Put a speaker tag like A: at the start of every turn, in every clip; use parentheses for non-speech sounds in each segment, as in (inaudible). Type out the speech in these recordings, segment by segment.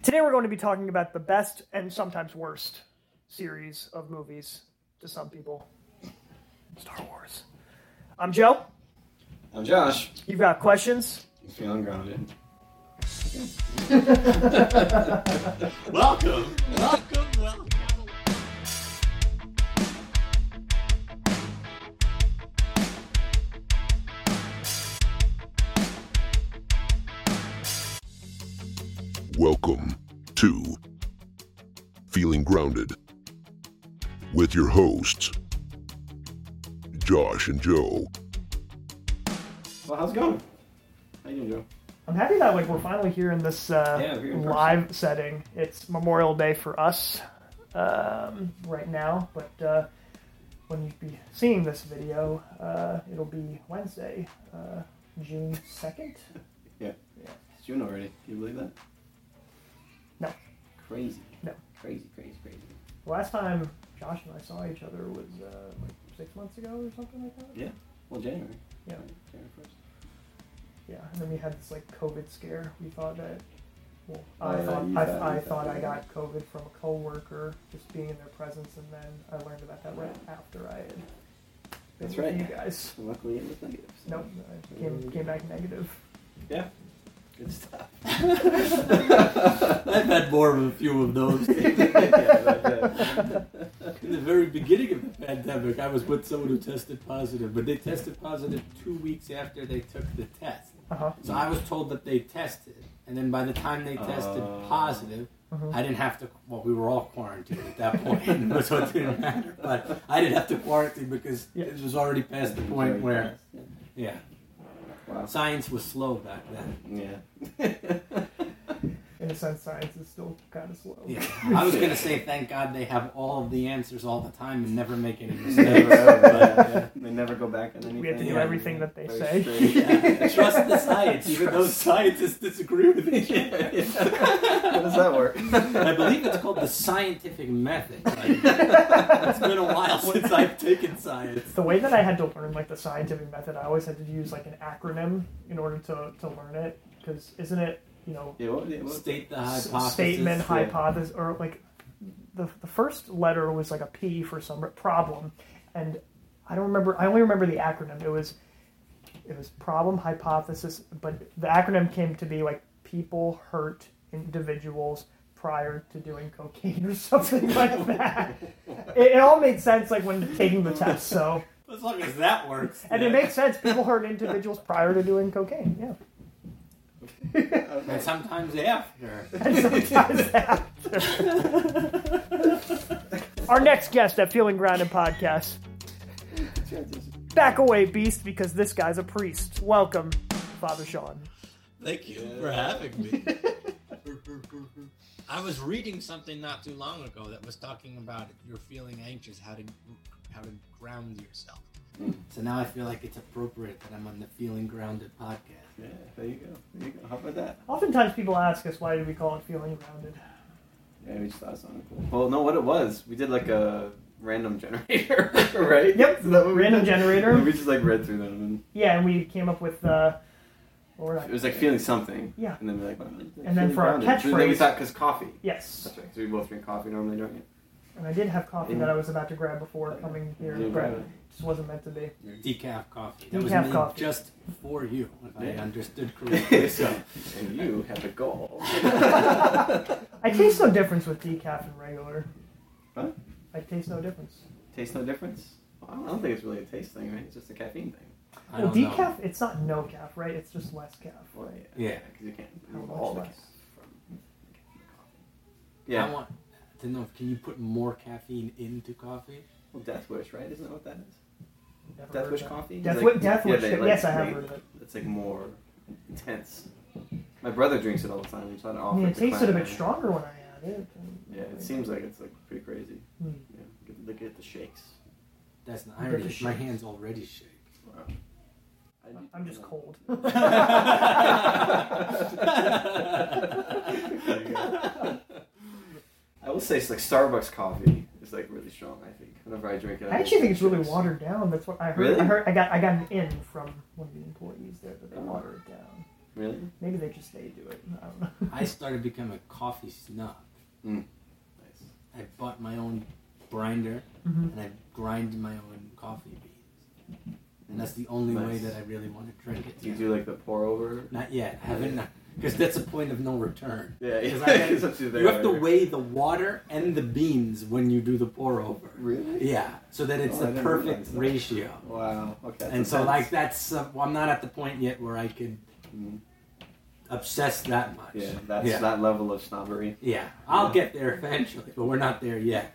A: Today we're going to be talking about the best and sometimes worst series of movies to some people. Star Wars. I'm Joe.
B: I'm Josh.
A: You've got questions?
B: You feeling grounded?
C: Welcome, welcome, welcome.
D: Welcome to Feeling Grounded with your hosts, Josh and Joe.
B: Well, how's it going? How you doing, Joe?
A: I'm happy that like we're finally here in this uh,
B: Yeah, we're in person.
A: live setting. It's Memorial Day for us um, right now, but uh, when you be seeing this video, uh, it'll be Wednesday, uh, June second.
B: Yeah. yeah. It's June already. Can you believe that?
A: No,
B: Crazy.
A: No.
B: Crazy, crazy, crazy.
A: the last time Josh and I saw each other was uh, like six months ago or something like that.
B: Yeah. Well, January.
A: Yeah,
B: Right, January first.
A: yeah. And then we had this like COVID scare. We thought that. Well,
B: Oh,
A: I
B: yeah,
A: thought,
B: you
A: I,
B: thought-
A: I
B: you
A: thought
B: thought,
A: I
B: yeah.
A: got COVID from a coworker just being in their presence, and then I learned about that right after I had. been
B: That's
A: with
B: right.
A: You guys.
B: So luckily, it was negative. so-
A: Nope. I came, came back negative.
B: Yeah. Good stuff. (laughs)
C: I've had more of a few of those. (laughs) In
B: yeah, but, uh,
C: the very beginning of the pandemic, I was with someone who tested positive, but they tested positive two weeks after they took the test.
A: Uh huh.
C: So I was told that they tested, and then by the time they tested
B: Oh.
C: positive,
A: mm-hmm.
C: I didn't have to. Well, we were all quarantined at that point, (laughs) so it didn't matter. But I didn't have to quarantine because
A: Yeah.
C: it was already past the point
B: very
C: where,
B: fast, yeah.
C: yeah,
B: Wow.
C: science was slow back then.
B: Yeah.
A: In a sense, science is still kind of slow.
C: Yeah. I was gonna say thank God they have all of the answers all the time and never make
B: (laughs)
C: any
B: They
C: mistakes. uh,
B: never, yeah, yeah. They never go back on anything.
A: We have to do
C: Yeah.
A: everything that they
B: Very
A: say.
B: straight.
C: Yeah. Trust the science, even though scientists disagree with each other.
B: (laughs) How does that work?
C: I believe it's called the scientific
A: (laughs)
C: method. Like, it's been a while since I've taken science.
A: The way that I had to learn like the scientific method, I always had to use like an acronym in order to, to learn it. Because isn't it you know
B: Yeah, what, yeah, what,
C: State the
A: s-
C: hypothesis.
A: statement
C: yeah.
A: hypothesis or like the the first letter was like a P for some problem, and I don't remember. I only remember the acronym. It was it was problem hypothesis, but the acronym came to be like people hurt individuals prior to doing cocaine or (laughs) something
C: (laughs)
A: like that. it, it all made sense like when taking the test. So
C: As long as that works.
A: and it makes sense. People hurt individuals prior to doing cocaine. Yeah.
C: And sometimes after.
A: sometimes after. Our next guest at Feeling Grounded Podcast. Back away, beast, because this guy's a priest. Welcome, Father Sean.
E: Thank you for having
A: (laughs)
E: me. I was reading something not too long ago that was talking about if you're feeling anxious, how to how to ground yourself.
C: Hmm. So now I feel like it's appropriate that I'm on the Feeling Grounded podcast.
B: yeah, there you go. There you go. How about that?
A: Oftentimes people ask us why do we call it feeling grounded.
B: Yeah, we just thought it sounded cool. Well, no, what it was, we did like a random (laughs)
A: (laughs)
B: generator, right?
A: Yep,
B: that what we
A: random
B: did?
A: generator.
B: And we just like read through them,
A: (laughs) Yeah, and we came up with uh or
B: and it was like feeling something.
A: Yeah.
B: And then we're like, well, it's, like,
A: And then
B: feeling
A: for our
B: grounded. So then we
A: catchphrase-
B: thought, because coffee.
A: yes.
B: That's right. So we both drink coffee normally,
A: (laughs)
B: don't you?
A: And I did have coffee that I was about to grab before coming here,
B: You
A: but
B: grab it.
A: just wasn't meant to be.
C: Decaf coffee. That was
A: Decaf
C: made
A: coffee.
C: just for you, if I
B: Yeah.
C: understood
B: (laughs)
C: correctly. So
B: And you have
A: (laughs)
B: a goal.
A: I taste no difference with decaf and regular.
B: Huh?
A: I taste no difference.
B: Taste no difference? Well, I don't- I don't think it's really a taste thing, right? It's just a caffeine thing.
C: I
A: Well,
C: don't
A: decaf,
C: know.
A: it's not no calf, right? It's just less calf.
B: Well, yeah.
C: Yeah.
B: Because you can't
A: How
B: remove
A: much
B: all the
A: less?
B: caffeine from the coffee.
C: I
B: Yeah.
C: want to know if can you put more caffeine into coffee?
B: Well, Death Wish, right? Isn't that what that is?
A: Never heard
B: Death
A: of
B: Wish
A: that.
B: coffee?
A: Death,
B: Like,
A: Wi- Death
B: yeah,
A: Wish.
B: they,
A: coffee.
B: like,
A: yes, I have
B: make-
A: heard of it.
B: It's like more intense. My brother drinks it all the time. He's trying to
A: I
B: offer.
A: mean,
B: it
A: it
B: to
A: tasted a bit
B: clients.
A: stronger when I had it.
B: Yeah, it seems like it's like pretty crazy.
A: Hmm.
B: Yeah, get the, get the shakes.
C: That's not,
A: You
C: I
A: put
C: already,
A: the
C: my
A: shakes.
C: hands already shake.
B: Wow. I do-
A: I'm just
B: (laughs)
A: cold.
B: There you go. I will say it's like Starbucks coffee is like really strong. I think whenever I drink it,
A: I actually think it's really
B: shakes.
A: watered down. That's what I heard.
B: Really?
A: I heard I got I got an in
B: Oh.
A: from one of the employees there that they water it down.
B: Really? (laughs)
A: Maybe they just they do it. I don't know.
C: I started becoming a coffee snob.
B: Nice.
C: I bought my own grinder
A: Mhm.
C: and I grinded my own coffee beans. And that's the only way
B: Nice.
C: that I really want to drink it.
B: Do you do like the pour over?
C: Not yet. I haven't. Because that's a point of no return.
B: Yeah, yeah.
C: 'Cause
B: (laughs)
C: I had-
B: It's up to there.
C: you have to weigh the water and the beans when you do the pour over.
B: Really?
C: Yeah, so that it's
B: Oh, I
C: the
B: didn't
C: perfect
B: realize that.
C: ratio.
B: Wow. Okay. that's
C: and so,
B: intense.
C: like, that's uh, well, I'm not at the point yet where I could
B: Mm.
C: obsess that much.
B: Yeah, that's
C: yeah.
B: that level of snobbery.
C: Yeah, I'll
B: Yeah.
C: get there eventually, but we're not there yet.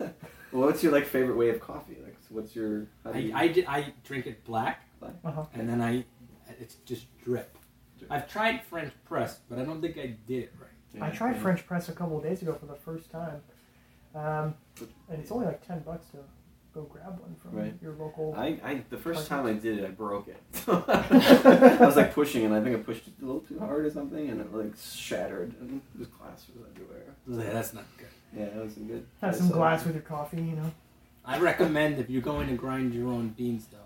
B: Well, what's your like favorite way of coffee? Like, what's your? How do
C: I,
B: you,
C: I, di- I drink it black,
A: Uh-huh.
C: and then I it's just drip.
B: Drip.
C: I've tried French press, but I don't think I did it right.
A: I tried French press a couple of days ago for the first time, um, and it's only like ten bucks to go grab one from
B: Right.
A: your local.
B: I, I the first
A: Perfect.
B: time I did it, I broke
A: (laughs)
B: it. (laughs) I was like pushing, and I think I pushed it a little too hard or something, and it like shattered, and there's glass was everywhere.
C: Yeah, that's not good.
B: Yeah, that wasn't good.
A: Have some glass with your coffee, you
B: (laughs)
A: know.
C: I recommend if you're going to grind your own beans, though.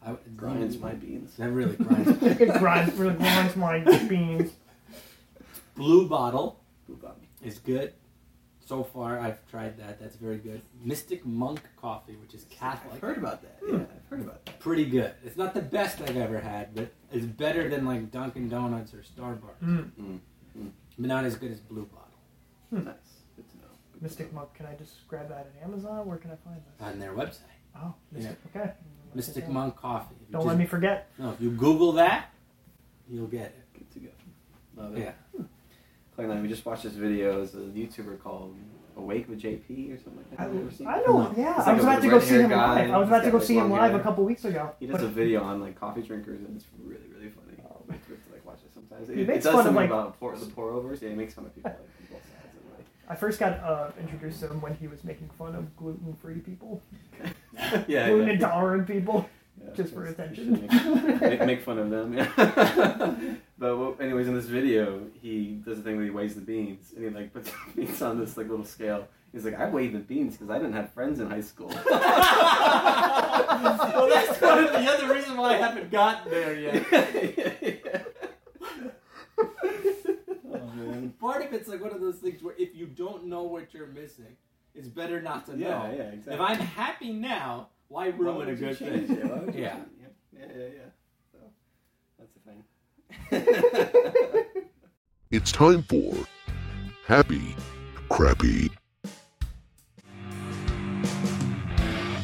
C: I, would-
B: grinds my beans.
C: That really grinds.
A: It grinds, really grinds my
B: (laughs)
A: beans.
C: Blue bottle.
B: Poop on me.
C: is good. So far, I've tried that. That's very good. Mystic Monk Coffee, which is
B: I've
C: Catholic,
B: heard about that.
A: Hmm.
B: Yeah, I've heard about that.
C: pretty good. It's not the best I've ever had, but it's better than like Dunkin' Donuts or Starbucks.
A: Mm,
C: But not as good as Blue Bottle
B: Nice. Good to know.
A: Hmm. Mystic Monk, can I just grab that at Amazon? Where can I find that?
C: on their website.
A: Oh, Mystic, okay.
C: Mystic Monk Coffee. If you
A: Don't
C: just-
A: let me forget.
C: No, if you Google that, you'll get it.
B: Good to go. Love it.
C: Yeah.
B: Clay and I, we just watched this video. It's a YouTuber called Awake with JP or something like
A: I,
B: that. You ever seen
A: I
B: it?
A: know,
C: No.
A: yeah.
B: It's
A: I
B: like
A: was
B: a
A: about to go see
B: red-haired
A: him
B: guy,
A: live. I was
B: he's
A: about to
B: got,
A: go
B: like,
A: see him
B: long
A: live
B: hair.
A: a couple weeks ago.
B: He does
A: but
B: a video on like coffee drinkers, and it's really, really funny. We have to like watch it sometimes. It,
A: Oh. He
B: it
A: makes
B: does
A: fun of,
B: something
A: like-
B: about pour, the pour overs. Yeah, he makes fun of people like, from both sides. And, like,
A: I first got uh, introduced to him when he was making fun of gluten-free people, (laughs)
B: (laughs) yeah,
A: gluten
B: yeah,
A: intolerant people.
B: yeah,
A: just for
B: it's-
A: attention.
B: you
A: (laughs)
B: should Make, make, make fun of them. Yeah. (laughs) but well, anyways, in this video, he does a thing where he weighs the beans, and he like puts (laughs) the beans on this like little scale. He's like, I weighed the beans because I didn't have friends in high school.
C: well, that's one of the other reason why I haven't gotten there yet.
B: Oh man.
C: Part of it's like one of those things where if you don't know what you're missing, it's better not to know.
B: Yeah, yeah, exactly.
C: If I'm happy now, why
B: Why
C: ruin
B: would
C: a
B: you
C: good
B: change it? Why
C: thing?
B: would you
C: Yeah.
B: change it? Yeah, yeah, yeah. So that's the thing.
D: It's time for Happy Crappy.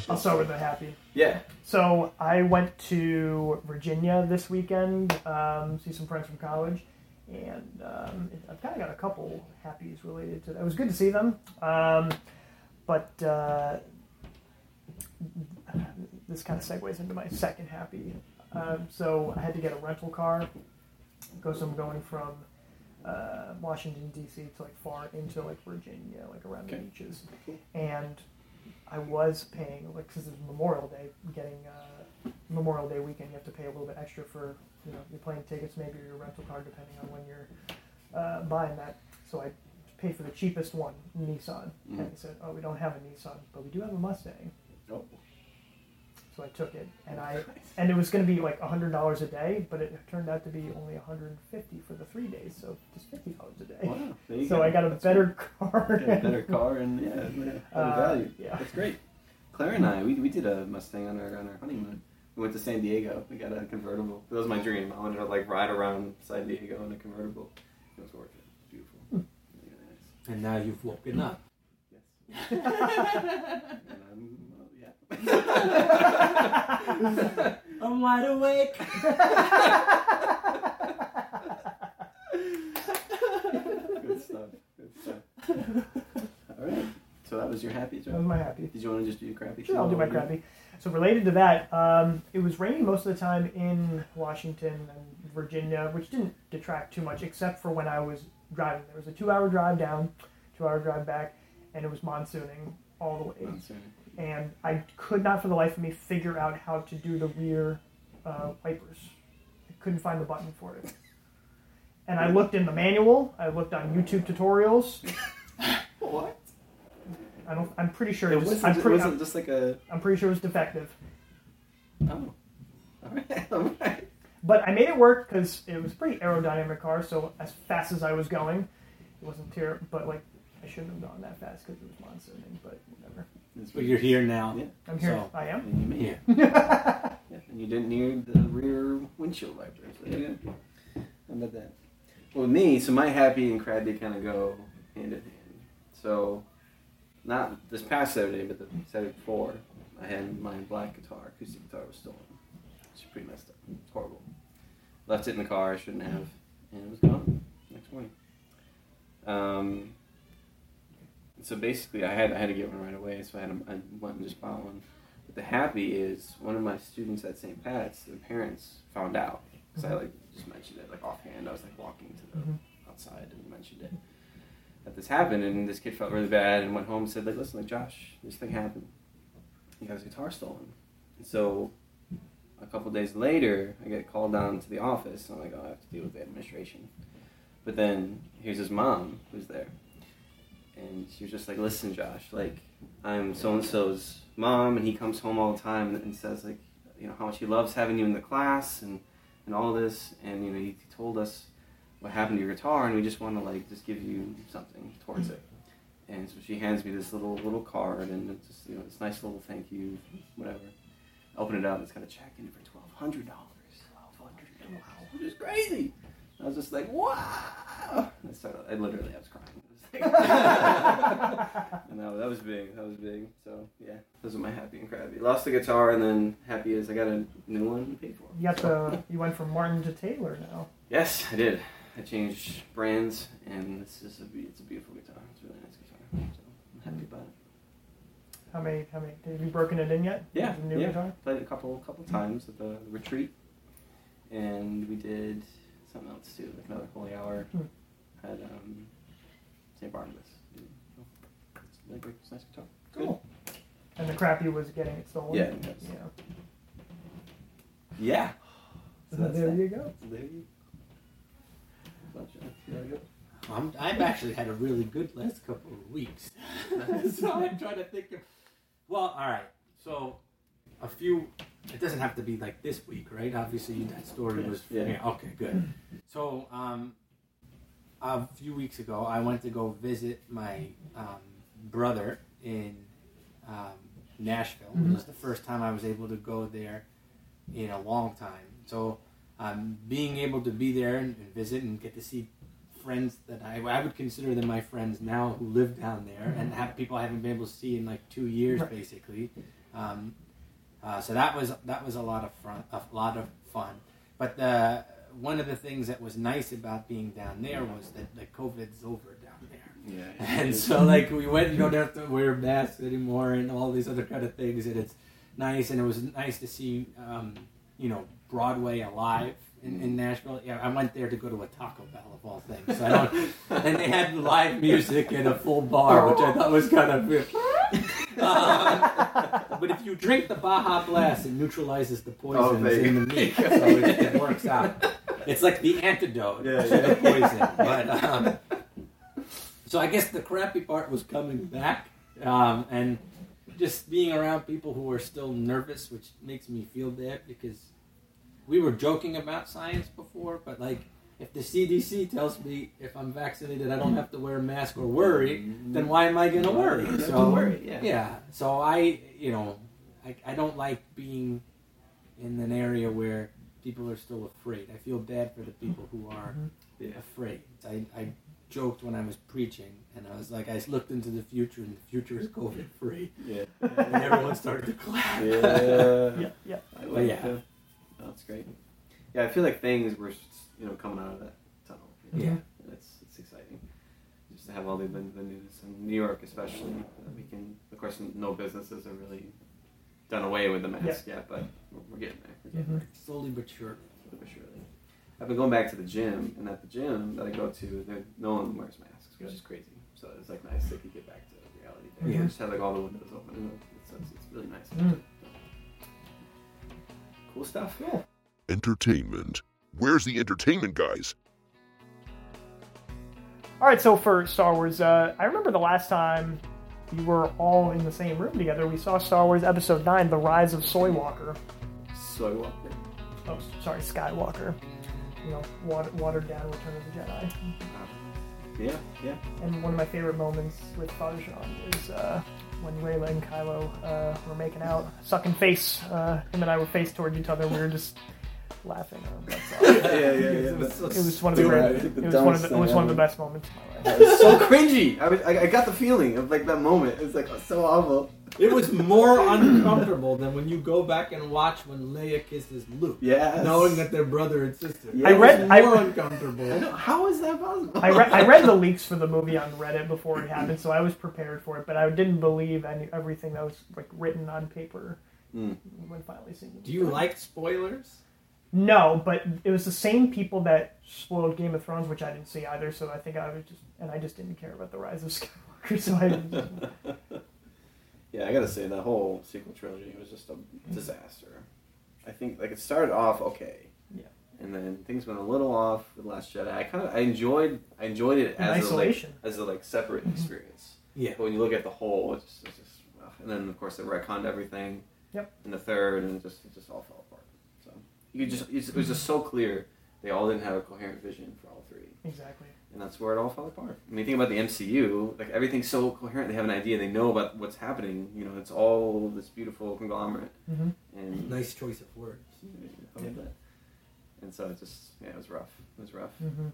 A: I'll start with the happy.
B: (laughs) yeah.
A: So I went to Virginia this weekend, um, see some friends from college, and um, I've kind of got a couple happies related to that. It was good to see them, um, but uh, this kind of segues into my second happy. Um, so I had to get a rental car because I'm going from uh, Washington D.C. to like far into like Virginia, like around the
B: Okay.
A: beaches, and I was paying like because it's Memorial Day, getting uh, Memorial Day weekend, you have to pay a little bit extra for you know your plane tickets, maybe your rental car, depending on when you're uh, buying that. So I paid for the cheapest one, Nissan,
B: Mhm.
A: and they said, "Oh, we don't have a Nissan, but we do have a Mustang."
B: Oh.
A: So I took it, and I and it was going to be like hundred dollars a day, but it turned out to be only hundred and fifty for the three days, so just fifty dollars a day.
B: Wow. There you
A: So I got a
B: That's
A: better
B: great.
A: car.
B: Got a
A: (laughs)
B: better car and yeah, better
A: Uh,
B: value.
A: yeah. (laughs)
B: That's great. Claire and I, we, we did a Mustang on our on our honeymoon. We went to San Diego. We got a convertible. That was my dream. I wanted to like ride around San Diego in a convertible. It was worth it. Beautiful.
A: Hmm.
B: Really nice.
C: And now you've woken up.
A: (laughs)
B: Yes. (laughs) and I'm, well, yeah.
C: I'm wide awake.
B: Good stuff. Good stuff. All right. So that was your happy
A: that was
B: job.
A: my happy.
B: Did you want to just do your crappy?
A: Sure, I'll do my crappy. So related to that, um, it was raining most of the time in Washington and Virginia, which didn't detract too much, except for when I was driving. There was a two-hour drive down, two-hour drive back, and it was monsooning all the
B: Oh,
A: way. And I could not, for the life of me, figure out how to do the rear uh, wipers. I couldn't find the button for it. And I looked in the manual. I looked on YouTube tutorials.
B: What?
A: I don't. I'm pretty sure.
B: It
A: It was,
B: wasn't,
A: I'm,
B: it
A: pretty,
B: wasn't just like a.
A: I'm pretty sure it was defective.
B: Oh. All right. (laughs) All right.
A: But I made it work because it was a pretty aerodynamic car. So as fast as I was going, It wasn't terrible, but like I shouldn't have gone that fast because it was monsooning. But whatever.
B: It's
C: But you're here now.
B: Yeah.
A: I'm here.
C: So-
A: I am.
B: And you made it.
C: Yeah.
B: Yeah, and you didn't need the rear windshield wipers. So, yeah. How about that? Well, with me, so my happy and crabby kind of go hand in hand. So, not this past Saturday, but the Saturday before, I had my black guitar, acoustic guitar, was stolen. It's pretty messed up. It's horrible. Left it in the car. I shouldn't have, and it was gone next morning. Um. So basically, I had I had to get one right away. So I had a, I went and just bought one. But the happy is one of my students at St. Pat's, their parents found out because I like just mentioned it like offhand. I was like walking to the
A: Mhm.
B: outside and mentioned it that this happened, and this kid felt really bad and went home and said like, listen, like Josh, this thing happened. He got his guitar stolen. And so a couple days later, I get called down to the office. And I'm like, oh, I have to deal with the administration. But then here's his mom who's there, and she was just like, listen, Josh, like. I'm so and so's mom, and he comes home all the time and says like, you know, how much he loves having you in the class and and all this, and you know, he, he told us what happened to your guitar, and we just want to like just give you something towards it. And so she hands me this little little card, and it's just you know, this nice little thank you, whatever. Open it up, it's got a check in it for twelve hundred dollars. Twelve hundred dollars, which is crazy. I was just like, wow. I started, I literally, I was crying. (laughs)
A: (laughs)
B: And that, that was big. That was big. So yeah, those are my happy and crabby. Lost the guitar, and then happy is I got a new one and paid for.
A: You got the. You went from Martin to Taylor now.
B: Yes, I did. I changed brands, and this is a be- it's a beautiful guitar. It's a really nice guitar. So I'm happy about it.
A: How many? How many? Have you broken it in yet?
B: Yeah,
A: The new
B: yeah.
A: guitar.
B: Played it a couple couple times at the retreat, and we did something else too, like another holy hour
A: Hmm.
B: at um, St. Barnabas. It's really great. It's a nice guitar.
A: Cool. And the crappy was getting it stolen.
B: Yeah, yes.
A: Yeah.
B: Yeah. So
A: So
B: that's
A: there
B: that.
A: you go.
B: There you go.
C: I'm, I've actually had a really good last couple of weeks. (laughs) so I'm trying to think of. Well, all right. So a few. It doesn't have to be like this week, right? Obviously, that story
B: Yeah,
C: was.
B: yeah.
C: Okay. Good. So um, a few weeks ago, I went to go visit my um, brother in um, Nashville. It was the first time I was able to go there in a long time. So um, being able to be there and, and visit and get to see friends that I, I would consider them my friends now who live down there and have people I haven't been able to see in like two years
A: Right.
C: basically. Um, uh, so that was that was a lot of fun, a lot of fun. But the one of the things that was nice about being down there was that the COVID's over down there.
B: Yeah.
C: (laughs) And so, like, we went and don't have to wear masks anymore and all these other kind of things. And it's nice. And it was nice to see, um, you know, Broadway alive in, in Nashville. Yeah, I went there to go to a Taco Bell, of all things. So
B: (laughs)
C: I don't, and they had live music and a full bar, which I thought was kind of
B: (laughs)
C: weird. Um, but if you drink the Baja Blast, it neutralizes the poisons
B: Oh, there you
C: in the meat. So it, it works out. It's like the antidote
B: Yeah,
C: to
B: yeah.
C: the poison. (laughs) But. Um, so I guess the crappy part was coming back um, and just being around people who are still nervous, which makes me feel bad because we were joking about science before, but like if the CDC tells me if I'm vaccinated, I don't have to wear a mask or worry, then why am I going to worry?
B: Don't
C: So
B: worry, yeah.
C: yeah. So I, you know, I, I don't like being in an area where people are still afraid. I feel bad for the people who are
B: Yeah.
C: afraid. I, I joked when I was preaching, and I was like, I looked into the future, and the future is COVID free.
B: Yeah.
C: And everyone started to clap.
A: Yeah. Yeah.
B: I
C: But
B: would
C: yeah.
B: too. No, That's great. Yeah, I feel like things were, s- you know, coming out of that tunnel. you know?
C: Yeah.
B: And It's, it's exciting. Just to have all the, the, the news, and New York especially, that we can, of course, no businesses are really done away with the mask yet, but we're, we're getting there. We're getting
C: Mm-hmm.
A: Mhm.
C: (laughs) Slowly but surely.
B: there, but surely. I've been going back to the gym, and at the gym that I go to, there- no one wears masks, which is crazy. So it's like nice that you get back to reality. There.
C: Yeah.
B: Just have like all the windows open. and It's, it's, it's really nice.
A: Mm.
B: Cool stuff.
A: Cool.
D: Entertainment. Where's the entertainment, guys?
A: All right. So for Star Wars, uh, I remember the last time we were all in the same room together. We saw Star Wars Episode Nine: The Rise of Soywalker.
B: Soy Walker.
A: Oh, sorry, Skywalker. You know, water, watered down Return of the Jedi.
B: Yeah, Yeah, yeah.
A: And one of my favorite moments with Fajon is uh, when Rayla and Kylo uh, were making out, sucking face. Uh, him and I were face towards each other. We were just laughing. (laughs) Um, that's all.
B: Yeah, yeah, yeah. (laughs) It
A: It was one of the great, it was one of the, it was one of the best moments of my life.
B: It was so cringy. I, was, I, I got the feeling of like that moment. It was like so awful.
C: It was more uncomfortable than when you go back and watch when Leia kisses Luke.
B: Yes.
C: Knowing that they're brother and sister.
B: Yeah. I
C: It was
A: read- I-
C: more
B: I
C: uncomfortable.
B: know. How is that possible?
A: I, re- I read the leaks for the movie on Reddit before it happened, so I was prepared for it, but I didn't believe any everything that was like written on paper
B: Mm.
A: when finally seeing. the
C: Do you
A: movie.
C: like spoilers?
A: No, but it was the same people that spoiled Game of Thrones, which I didn't see either. So I think I was just and I just didn't care about the Rise of (laughs) Skywalker. So I
C: (laughs)
B: Yeah, I gotta say that whole sequel trilogy was just a disaster. I think like it started off okay.
A: Yeah.
B: And then things went a little off with Last Jedi. I kind of I enjoyed I enjoyed it
A: In
B: as a, like,
A: isolation. Mm-hmm.
B: as a like separate experience.
C: Yeah.
B: But when you look at the whole, it's just, it's just ugh. and then of course they retconned everything.
A: Yep.
B: In the third, and it just it just all fell apart. So you could just it's, it was just so clear they all didn't have a coherent vision for all three
A: exactly.
B: and that's where it all fell apart. I mean, think about the MCU. Like everything's so coherent. They have an idea. They know about what's happening. You know, it's all this beautiful conglomerate.
A: hmm
B: And
C: Nice choice of words.
B: and so it just yeah, it was rough. It was rough.
A: hmm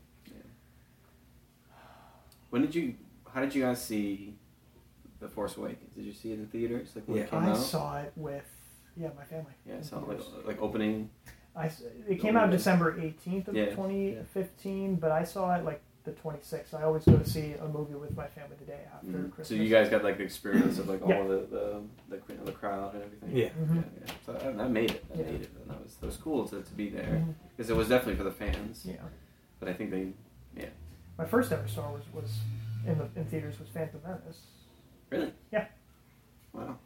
B: When did you? How did you guys see the Force Awakens? Did you see it in theaters? Like when
C: Yeah.
B: it came
A: I
B: out?
A: saw it with yeah my family.
B: yeah, I saw it, like like opening.
A: I s- it came out December eighteenth of
B: Oh, Yeah.
A: twenty fifteen, but I saw it like the twenty sixth. I always go to see a movie with my family the day after
B: Mhm.
A: Christmas.
B: So you guys got like the experience of like all
A: Yeah.
B: the the, the cr- the crowd and everything.
C: Yeah.
A: Mhm.
B: Yeah, yeah. So that, that made it. That
A: Yeah.
B: made it. And that was that was cool to, to be there
A: Mhm.
B: because it was definitely for the fans.
A: Yeah.
B: But I think they
A: My first ever Star Wars was in the in theaters was Phantom Menace.
B: really.
A: Yeah.
B: Wow.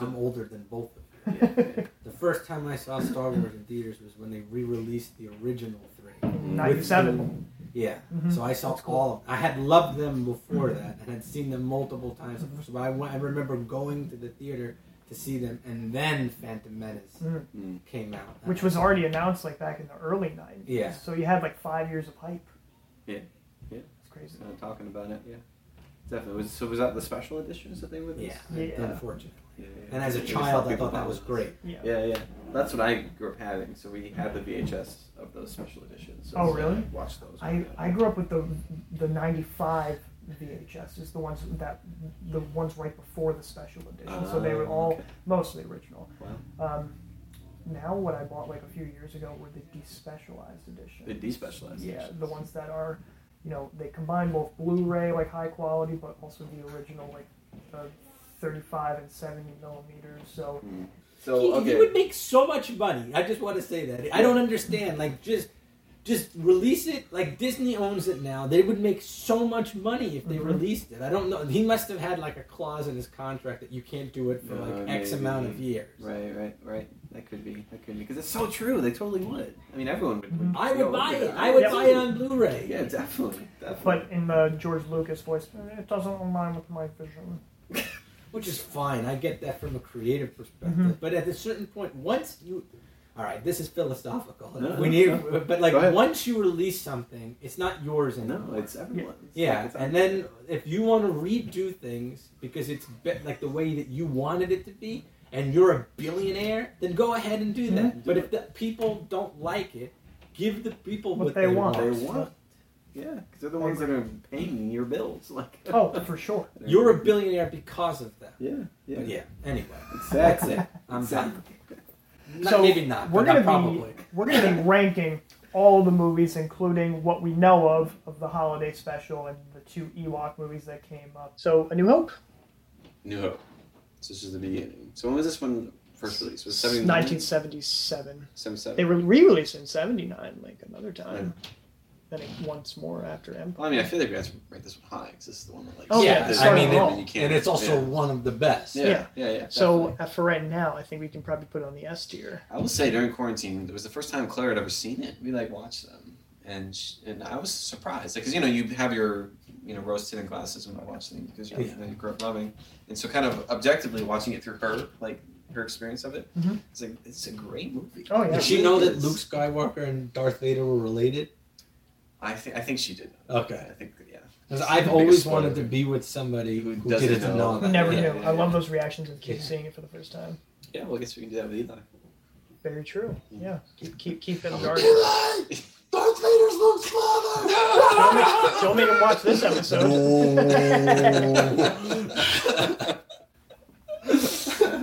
C: I'm older than both of you.
B: Yeah,
A: (laughs)
B: yeah.
C: The first time I saw Star Wars in theaters was when they re-released the original three.
A: Ninety seven.
C: Yeah.
A: Mhm.
C: So I saw
A: That's cool. Mm-hmm.
C: all of them. I had loved them before that and had seen them multiple times. So I, went, I remember going to the theater to see them, and then Phantom Menace
B: Mm.
C: came out.
A: Mm-hmm. which was already announced like back in the early 90s.
C: Yeah.
A: So you had like five years of hype.
B: Yeah. Yeah.
A: It's crazy.
B: So talking about it. Yeah. Definitely. Was, so was that the special editions that they would?
C: Yeah,
A: Yeah.
C: unfortunately.
B: yeah. yeah.
C: And as a
B: We
C: child,
B: saw
C: I
B: people
C: thought that
B: buy
C: was
B: those.
C: great.
A: Yeah.
B: Yeah, yeah. That's what I grew up having. So we had the VHS of those special editions. So
A: Oh,
B: it's, uh,
A: really?
B: I watched those.
A: I, I grew up with the the 95 VHS is the ones that the ones right before the special edition. so they were
B: Ah,
A: all
B: okay.
A: mostly original.
B: Wow.
A: Um, now what I bought like a few years ago were the despecialized editions.
B: The despecialized
A: Yeah,
B: editions.
A: the ones that are, you know, they combine both Blu-ray like high quality, but also the original like the 35 and 70 millimeters. So
B: So
C: He,
B: okay.
C: he would make so much money. I just want to say that. I don't understand. Like, just just release it. Like Disney owns it now. They would make so much money if they
B: Mm-hmm.
A: Mhm.
C: released it. I don't know. He must have had like a clause in his contract that you can't do it for
B: No,
C: like X
B: maybe.
C: amount of years.
B: Right, right, right. That could be. That could be. Because it's so true. They totally would. I mean, everyone would.
A: Mm-hmm.
B: would
C: I
B: go
C: would buy
B: look at
C: it. I would
A: Yep.
C: buy it on Blu-ray.
B: Yeah, definitely. definitely.
A: But in the George Lucas voice, it doesn't align with my vision.
C: which is fine. I get that from a creative perspective,
A: Mhm.
C: but at a certain point, once you, all right, this is philosophical.
B: No, no,
C: we need,
B: no.
C: but like
B: Go ahead.
C: once you release something, it's not yours anymore.
B: no, it's everyone.
C: yeah,
B: It's like-
C: and then if you want to redo things because it's be- like the way that you wanted it to be, and you're a billionaire, then go ahead and
A: Mm-hmm.
C: do that. But if the people don't like it, give the people
A: What
C: what,
A: they want.
B: they want. Yeah, because they're the ones that are paying your bills. (laughs) Like.
A: Oh, for sure.
C: You're a billionaire because of them.
B: Yeah. Yeah.
C: But yeah. Anyway,
B: Exactly.
C: (laughs) That's it. I'm done.
B: exactly.
C: Not,
A: So,
C: maybe not.
A: We're
C: but
A: gonna
C: not probably.
A: be we're gonna be ranking all the movies, including what we know of of the holiday special and the two Ewok movies that came up. So, A New Hope,
B: New Hope. So this is the beginning. So when was this one first released? Was it 79?
A: 1977.
B: 77?
A: They were re-released in '79, like another time, then it- once more after Empire.
B: Well, I mean, I feel like we have to rate this one high because this is the one that like.
A: Oh, yeah,
B: this
A: I
B: is
A: mean,
B: the
A: it-
B: one that you can't.
C: and it's also
B: Yeah.
C: one of the best.
B: Yeah,
A: Yeah.
B: yeah, yeah. yeah
A: So,
B: definitely.
A: uh, for right now, I think we can probably put it on the S tier.
B: I will say during quarantine, it was the first time Claire had ever seen it. We like watched them, and sh and I was surprised because you know you have your you know rose tinted glasses when you watch things because you,
C: Yeah.
B: you grew up loving, and so kind of objectively watching it through her like her experience of it,
A: Mhm.
B: it's like it's a great movie.
A: Oh, yeah.
C: Did
B: It
C: she
B: really
C: know that
B: is.
C: Luke Skywalker and Darth Vader were related?
B: I think I think she did.
C: Okay.
B: I think yeah.
C: Because I've
B: Big
C: always
B: spoiler.
C: wanted to be with somebody who,
B: Who doesn't
C: didn't know.
B: know.
C: that.
A: Never
C: Yeah.
A: knew.
B: yeah,
A: I
B: yeah.
A: love those reactions of kids
C: Yeah.
A: seeing it for the first time.
B: Yeah, well, I guess we can do that with Eli.
A: Very true. Yeah. Keep keep keep them dark.
F: Darth Vader's Luke's father.
A: Don't make,
B: (laughs)
A: don't make them watch this episode.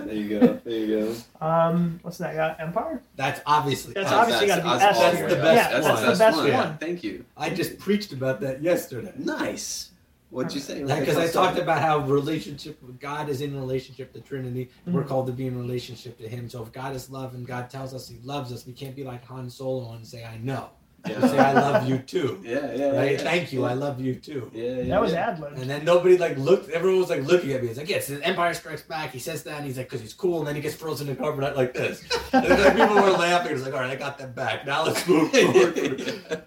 B: there you go. There you
A: (laughs)
B: go.
A: um, what's that? Uh, Empire.
C: That's obviously.
A: That's
C: us.
A: obviously got to be
B: Oz-
A: S.
B: Osborne.
C: That's the best
A: yeah,
B: That's
A: That's
B: the
A: the best one.
B: Yeah, Thank you.
C: I just preached about that yesterday.
B: Nice. What'd you say?
C: Because I talked about how relationship God is in relationship to Trinity.
B: Mm-hmm.
C: We're called to be in relationship to Him. So if God is love and God tells us He loves us, we can't be like Han Solo and say, "I know." We say,
B: Yeah,
C: "I love you too."
B: yeah, (laughs) yeah.
C: Right?
B: yeah.
C: Thank you. I love you too.
B: Yeah, yeah.
A: That was (laughs)
B: yeah.
A: ad lib.
C: And then (laughs) nobody like looked. Everyone was like looking at me. It's like, yes, the Empire Strikes Back. He says that, and he's like, because he's cool. And then he gets frozen in carbonite like this. And then people were laughing. It's like, all right, I got that back. Now let's move forward.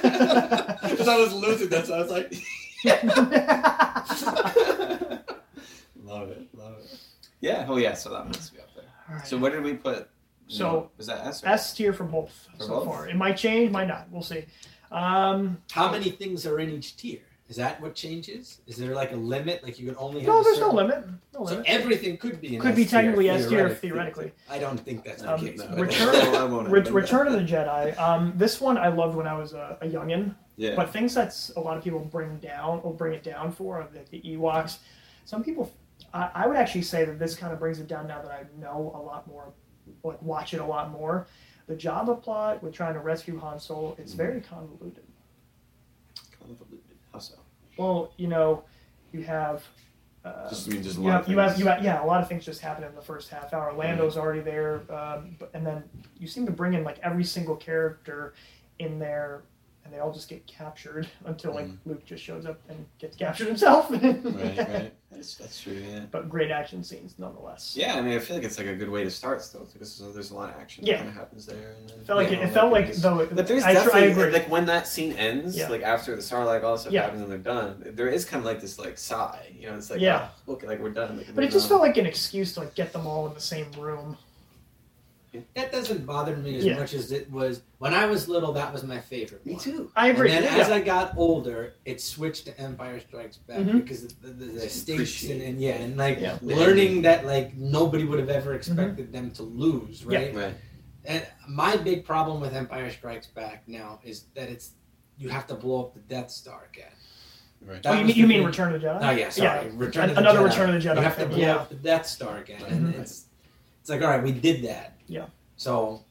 C: (laughs)
B: (laughs)
C: Because I was losing that, so I was like,
B: Love it, love it. (laughs) Yeah, oh yeah, so that must be up there.
A: All right.
B: So where did we put?
A: So,
B: no, was that S? Or
A: S tier for both
B: For
A: so
B: both?
A: far. It might change, might not. We'll see. Um,
C: how many things are in each tier? Is that what changes? Is there like a limit? Like you can only have
A: no,
C: a
A: there's no
C: certain-
A: limit. No
C: So
A: limit.
C: everything could be in
A: Could be
C: S tier,
A: technically S tier theoretically.
C: I don't think that's the
A: Um,
C: case.
B: (laughs)
C: but-
A: Return-
B: Oh, I won't have
A: Re-
B: done that.
A: Return of the Jedi. Um, this one I loved when I was a, a youngin.
B: Yeah.
A: But things that's a lot of people bring down or bring it down for are the, the Ewoks. Some people, I, I would actually say that this kind of brings it down now that I know a lot more, like watch it a lot more. The Jabba plot with trying to rescue Han Solo, it's
B: Mm-hmm.
A: very convoluted.
B: Convoluted. How so?
A: Well, you know, you have. Uh,
B: Just I mean, just a
A: you
B: lot
A: have,
B: of
A: you have,
B: things.
A: you have, yeah, a lot of things just happen in the first half hour. Lando's already there, um, but- and then you seem to bring in like every single character in there, and they all just get captured (laughs) until like Luke just shows up and gets captured himself. (laughs)
B: Right, right. That's, that's true. Yeah.
A: But great action scenes nonetheless.
B: Yeah, I mean, I feel like it's like a good way to start still because there's a lot of action
A: Yeah.
B: that kind of happens there. And then,
A: It felt like
B: you
A: it,
B: know,
A: it felt like
B: there's-
A: though.
B: But there's
A: I, tr- I
B: definitely
A: agree.
B: like when that scene ends,
A: Yeah.
B: like after the Starlight, all that stuff
A: Yeah.
B: happens and they're done. There is kind of like this like sigh, you know? It's like
A: Yeah.
B: oh, look, like we're done. Like,
A: but it just felt like an excuse to like get them all in the same room.
C: that doesn't bother me as
A: Yeah.
C: much as it was when I was little. That was my favorite.
B: me
C: one.
B: too.
A: I agree.
C: And then
A: yeah.
C: as I got older, it switched to Empire Strikes Back
A: Mhm.
C: because of the, the, the stakes
B: Appreciate
C: and, and yeah, and like
A: Yeah. Mm-hmm.
C: learning that like nobody would have ever expected them to lose,
A: Yeah.
C: right?
B: Right.
C: And my big problem with Empire Strikes Back now is that it's you have to blow up the Death Star again.
B: Right.
C: That
A: oh, you
C: was
A: mean, you
C: the
A: mean
C: big-
A: Return of the Jedi?
C: Oh yeah, sorry.
A: Yeah.
C: Return of the
A: Another
C: Jedi.
A: Return of the Jedi.
C: You have to blow
A: Yeah. Mm-hmm.
C: up the Death Star again, and
B: Mhm.
C: it's it's like all right, we did that.
A: Yeah.
C: So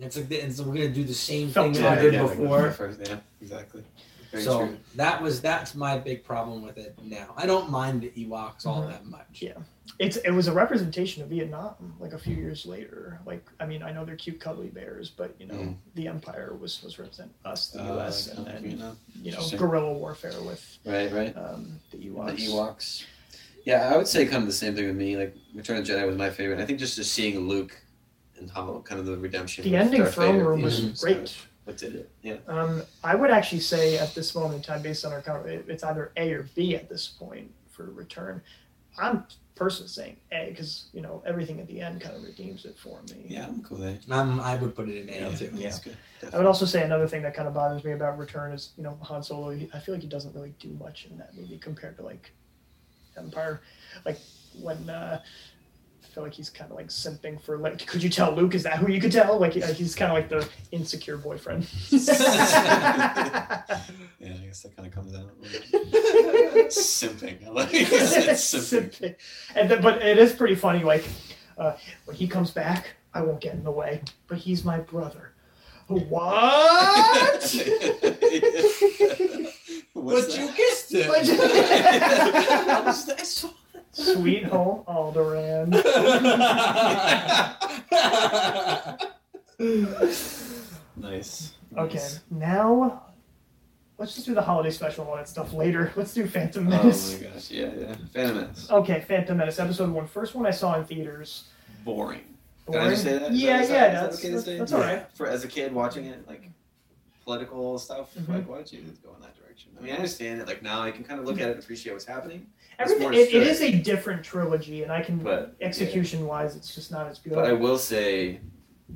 C: it's like the, and so we're gonna do the same
A: Felt
C: thing
A: Yeah,
C: we did
A: yeah,
B: like
C: before.
B: the first- yeah, exactly. Very
C: so
B: true.
C: that was that's my big problem with it now. I don't mind the Ewoks all
A: Mhm.
C: that much.
A: Yeah. it's it was a representation of Vietnam, like a few years later. Like I mean, I know they're cute, cuddly bears, but you know,
B: Mm.
A: the empire was was represent us, the
B: Uh,
A: U.S., and
B: like,
A: then
B: know.
A: you know,
B: Interesting.
A: guerrilla warfare with
B: Right, right.
A: um, the
B: The
A: Ewoks.
B: Ewoks. Yeah, I would say kind of the same thing with me. Like Return of the Jedi was my favorite. I think just just seeing Luke and how kind of the redemption.
A: The
B: with
A: ending
B: Darth
A: throne
B: Vader Mm-hmm.
A: room
B: at the
A: was
B: end was kind
A: great.
B: of What did it? Yeah.
A: Um, I would actually say at this moment in time, based on our conversation, it's either A or B at this point for return. I'm personally saying A because you know everything at the end kind of redeems it for me.
B: Yeah, I'm cool there.
C: Um, I would put it in A too.
B: that's good.
A: I would also say another thing that kind of bothers me about Return is, you know, Han Solo. He, I feel like he doesn't really do much in that movie compared to like Empire. Like when uh, I feel like he's kind of like simping for like. Could you tell Luke? Is that who you could tell? Like, he- he's kind of like the insecure boyfriend. (laughs)
B: (laughs) Yeah, I guess that kind of comes out. Simping. I like
A: (laughs)
B: Simping.
A: simping. And then, but it is pretty funny. Like uh, when he comes back, I won't get in the way. But he's my brother.
B: (laughs)
A: What?
B: What's
C: but
B: that?
C: you kissed
A: (laughs)
C: it.
A: But you-
B: I was- I saw
A: Sweet home Alderan.
B: (laughs) Nice.
A: Okay,
B: Nice.
A: now let's just do the holiday special and all that stuff later. (laughs) Let's do Phantom
B: Oh
A: Menace.
B: my gosh. Yeah, yeah. Phantom Menace.
A: okay, Phantom Menace, episode one. First one I saw in theaters.
B: Boring. Did
A: Boring.
B: I just say that? Is
A: Yeah,
B: that- is
A: yeah,
B: that-
A: that's,
B: is that okay to
A: that's,
B: say?
A: that's all right.
B: For as a kid watching it, like political stuff,
A: Mhm.
B: like why did you go in that direction? I mean, I understand it. Like now, I can kind of look at it, and appreciate what's happening. It's
A: Everything,
B: more
A: it, it
B: story.
A: is a different trilogy, and I can
B: But, yeah.
A: execution wise, it's just not as good.
B: But I will say,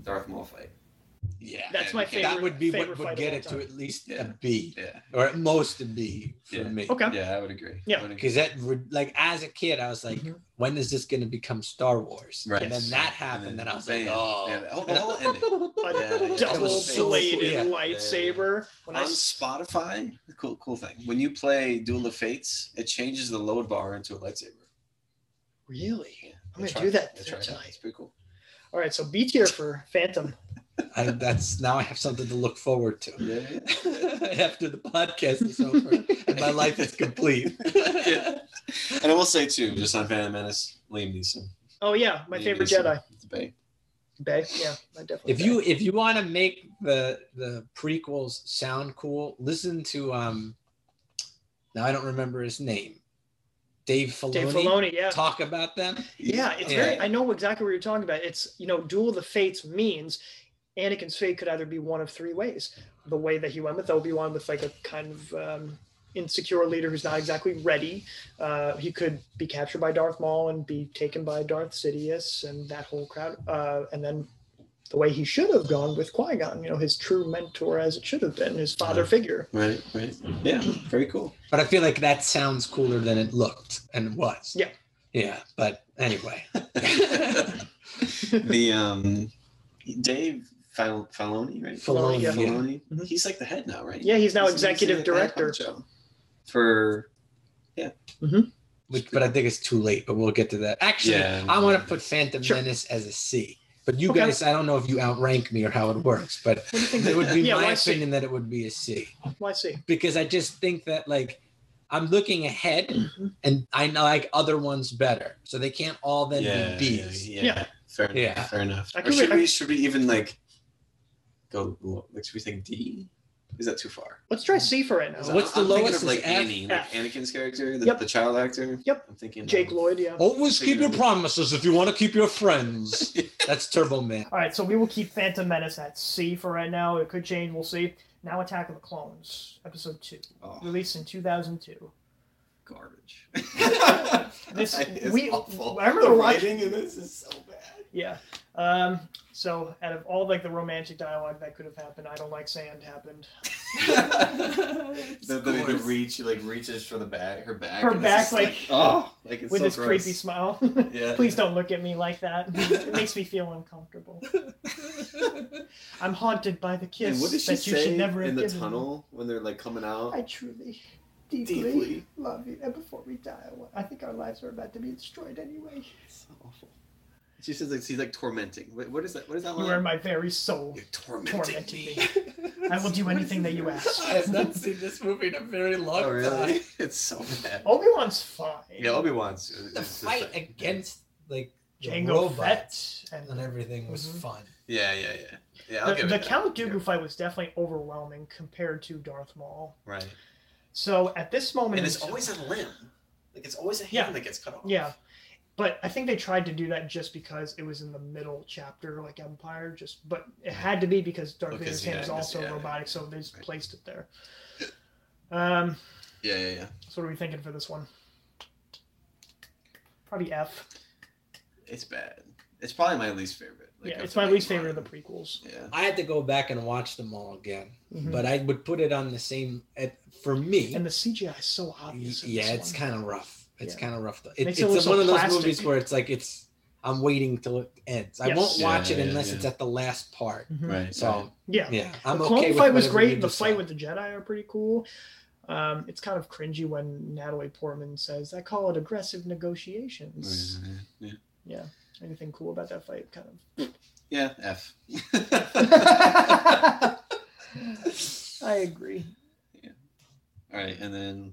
B: Darth Maul fight.
C: Yeah,
G: That's my
C: that
G: favorite-
C: would be
G: favorite
C: what
G: fight of
C: would get
G: all
C: it
G: time.
C: to at least a B,
G: Yeah.
C: or at most a B for
G: Yeah.
C: me.
G: Okay.
B: Yeah, I would agree.
G: Yeah.
B: I would agree.
C: Because that, would- like, as a kid, I was like,
A: Mm-hmm.
C: when is this going to become Star Wars?
G: Right.
C: And then that happened, and, I was like, oh. (laughs)
B: Yeah, the whole- the whole ending. Yeah, yeah.
G: A
C: That
G: double
C: was so-
G: bladed
C: yeah.
G: lightsaber. When I
B: on
G: s-
B: Spotify, cool cool thing. When you play Duel of Fates, it changes the load bar into a lightsaber.
G: really, I'm
B: I
G: gonna
B: tried-
G: do that
B: I tried It's
G: tonight.
B: pretty cool.
G: All right, so B tier for Phantom.
C: I, that's now I have something to look forward to. (laughs)
B: Yeah, yeah.
C: After the podcast is over and my life is
G: (laughs)
C: complete.
B: Yeah. And I will say too, just on Phantom Menace, Liam Neeson.
G: Oh yeah, my
B: Liam
G: favorite
B: Neeson.
G: Jedi.
B: It's Bay.
G: Bay. Yeah, I definitely.
C: (laughs) If you if you want to make the the prequels sound cool, listen to um. Now I don't remember his name. Dave Filoni.
G: Dave Filoni, yeah.
C: Talk about them.
G: Yeah, it's
C: Yeah.
G: very. I know exactly what you're talking about. It's you know, Duel of the Fates means Anakin's fate could either be one of three ways: the way that he went with Obi Wan, with like a kind of um, insecure leader who's not exactly ready. Uh, he could be captured by Darth Maul and be taken by Darth Sidious and that whole crowd, uh, and then the way he should have gone with Qui Gon, you know, his true mentor as it should have been, his father figure.
B: Right, right. Yeah, very cool. (laughs)
C: But I feel like that sounds cooler than it looked and was.
G: Yeah.
C: Yeah. But anyway. (laughs)
B: the um, Dave Fal- Faloni, right?
G: Filoni, yeah.
B: Filoni.
G: Mhm.
B: He's like the head now, right?
G: Yeah, he's now
B: He's- he's
G: executive
B: the head
G: director.
B: honcho For
C: Which, but I think it's too late, but we'll get to that. Actually,
B: Yeah.
C: I want to put Phantom
G: Sure.
C: Menace as a C. But you
G: Okay.
C: guys, I don't know if you outrank me or how it works, but
G: What do you think?
C: it would be
G: Yeah,
C: my
G: why C?
C: opinion that it would be a C.
G: Why
C: (laughs)
G: see?
C: Because I just think that, like, I'm looking ahead and I like other ones better. So they can't all then
B: yeah,
C: be
B: yeah,
C: Bs.
B: yeah,
G: Yeah.
B: fair enough.
C: Yeah.
B: fair enough.
G: I
B: Or
G: can
B: should
G: re-
B: we should we even like go low? like should we think D? Is that too far?
G: Let's try C for right now.
C: What- What's the
B: I'm thinking
C: lowest
B: Of
C: is
B: like
C: F?
B: Annie, like
G: F.
B: Anakin's character, the,
G: Yep.
B: the child actor.
G: Yep.
B: I'm thinking
G: Jake
B: um,
G: Lloyd, yeah.
C: Always keep your
B: Figure.
C: promises if you want to keep your friends. (laughs) That's Turbo Man.
A: All right, so we will keep Phantom Menace at C for right now. It could change. We'll see. Now, Attack of the Clones, Episode Two,
B: Oh,
A: released in two thousand two.
B: (laughs) garbage.
A: This-
B: It's
A: we-
B: awful.
A: I remember
B: the
A: watching-
B: writing in this is so bad.
A: Yeah. Um, so, out of all like the romantic dialogue that could have happened, I don't like sand happened.
B: the, the, the
H: course.
B: reach, she like reaches for the back, her back.
A: Her
B: and it's just
A: back,
B: oh, like it's
A: With
B: so
A: this
B: gross.
A: creepy smile. (laughs)
B: Yeah.
A: Please don't look at me like that. It makes me feel uncomfortable. I'm haunted by the kiss
B: And what does she
A: that you
B: say
A: should never have
B: in the
A: given me.
B: tunnel when they're like coming out?
A: I truly, deeply,
B: Deeply.
A: love you. And before we die, I, want, I think our lives are about to be destroyed anyway.
B: It's awful. She says like she's like tormenting. What, what is that? What is that
A: You
B: line?
A: are in my very soul,
B: You're tormenting,
A: tormenting me. I will do anything that you
B: (laughs)
A: ask.
C: I have not seen this movie in a very long
B: Oh
C: time.
B: really? (laughs) It's so bad.
A: Obi Wan's fine.
B: Yeah, uh, Obi Wan's
C: The fight against like the
A: Jango
C: robots
A: Fett and
C: and everything was
A: Mhm.
C: fun.
B: Yeah, yeah, yeah. Yeah, I'll
A: the,
B: give
A: the
B: it that.
A: Count Dooku
B: Yeah,
A: fight was definitely overwhelming compared to Darth Maul.
B: Right.
A: So at this moment,
B: And it's
A: in-
B: always a limb. Like it's always a hand
A: Yeah.
B: that gets cut off.
A: yeah, but I think they tried to do that just because it was in the middle chapter, like Empire. Just but it had to be because Darth
B: Because,
A: Vader's hand
B: yeah,
A: is
B: because,
A: also
B: yeah.
A: robotic, so they just
B: Right.
A: placed it there. Um,
B: Yeah, yeah, yeah.
A: so what are we thinking for this one? Probably F.
B: It's bad. It's probably my least favorite. Like,
A: yeah,
B: of
A: it's
B: the
A: my
B: main
A: least favorite of
B: line.
A: the prequels.
B: Yeah.
C: I had to go back and watch them all again,
A: Mhm.
C: but I would put it on the same. At, for me,
A: and the CGI is so obvious. in
C: yeah,
A: this
C: it's
A: one.
C: kind of rough. It's
A: Yeah.
C: kind of rough. Though. It,
A: Makes
C: it's
A: it look so
C: one of those
A: plastic.
C: movies where it's like it's. I'm waiting till it ends. I
A: Yes.
C: won't watch
B: Yeah,
C: it
B: yeah,
C: unless
B: yeah.
C: it's at the last part.
A: Mhm.
B: Right.
C: So
A: yeah.
C: yeah, I'm
A: the
C: okay
A: clone
C: with
A: fight was
C: whatever you
A: great. The fight
C: decide.
A: with the Jedi are pretty cool. Um, it's kind of cringy when Natalie Portman says, "I call it aggressive negotiations."
B: Yeah, yeah.
C: Mm-hmm.
A: Anything cool about that fight? Kind of.
B: Yeah,
C: (laughs)
B: F.
A: I agree.
B: All right, and then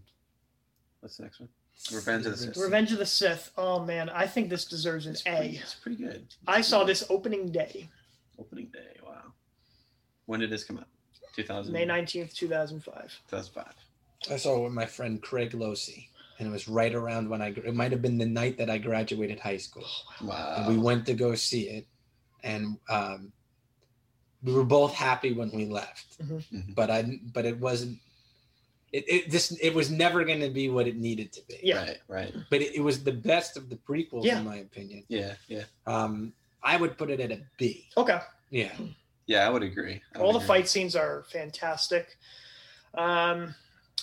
B: what's the next one? Revenge of the Sith.
A: Revenge of the Sith. Oh man, I think this deserves an
B: It's pretty,
A: A.
B: it's pretty good.
A: I saw this opening day,
B: Opening day. Wow. When did this come out? 2000.
A: May nineteenth, two thousand five.
B: 2005.
C: I saw it with my friend Craig Losey, and it was right around when I. gr- It might have been the night that I graduated high school.
B: Wow.
C: and we went to go see it and um, we were both happy when we left
A: Mhm.
B: Mhm.
C: but i but it wasn't it, it this it was never going to be what it needed to be
A: Yeah.
B: Right. Right.
C: but it, it was the best of the prequels
A: Yeah.
C: in my opinion
B: Yeah. Yeah.
C: um i would put it at a b
A: Okay.
C: yeah
B: Yeah, I would agree. I would
A: all the
B: agree.
A: fight scenes are fantastic um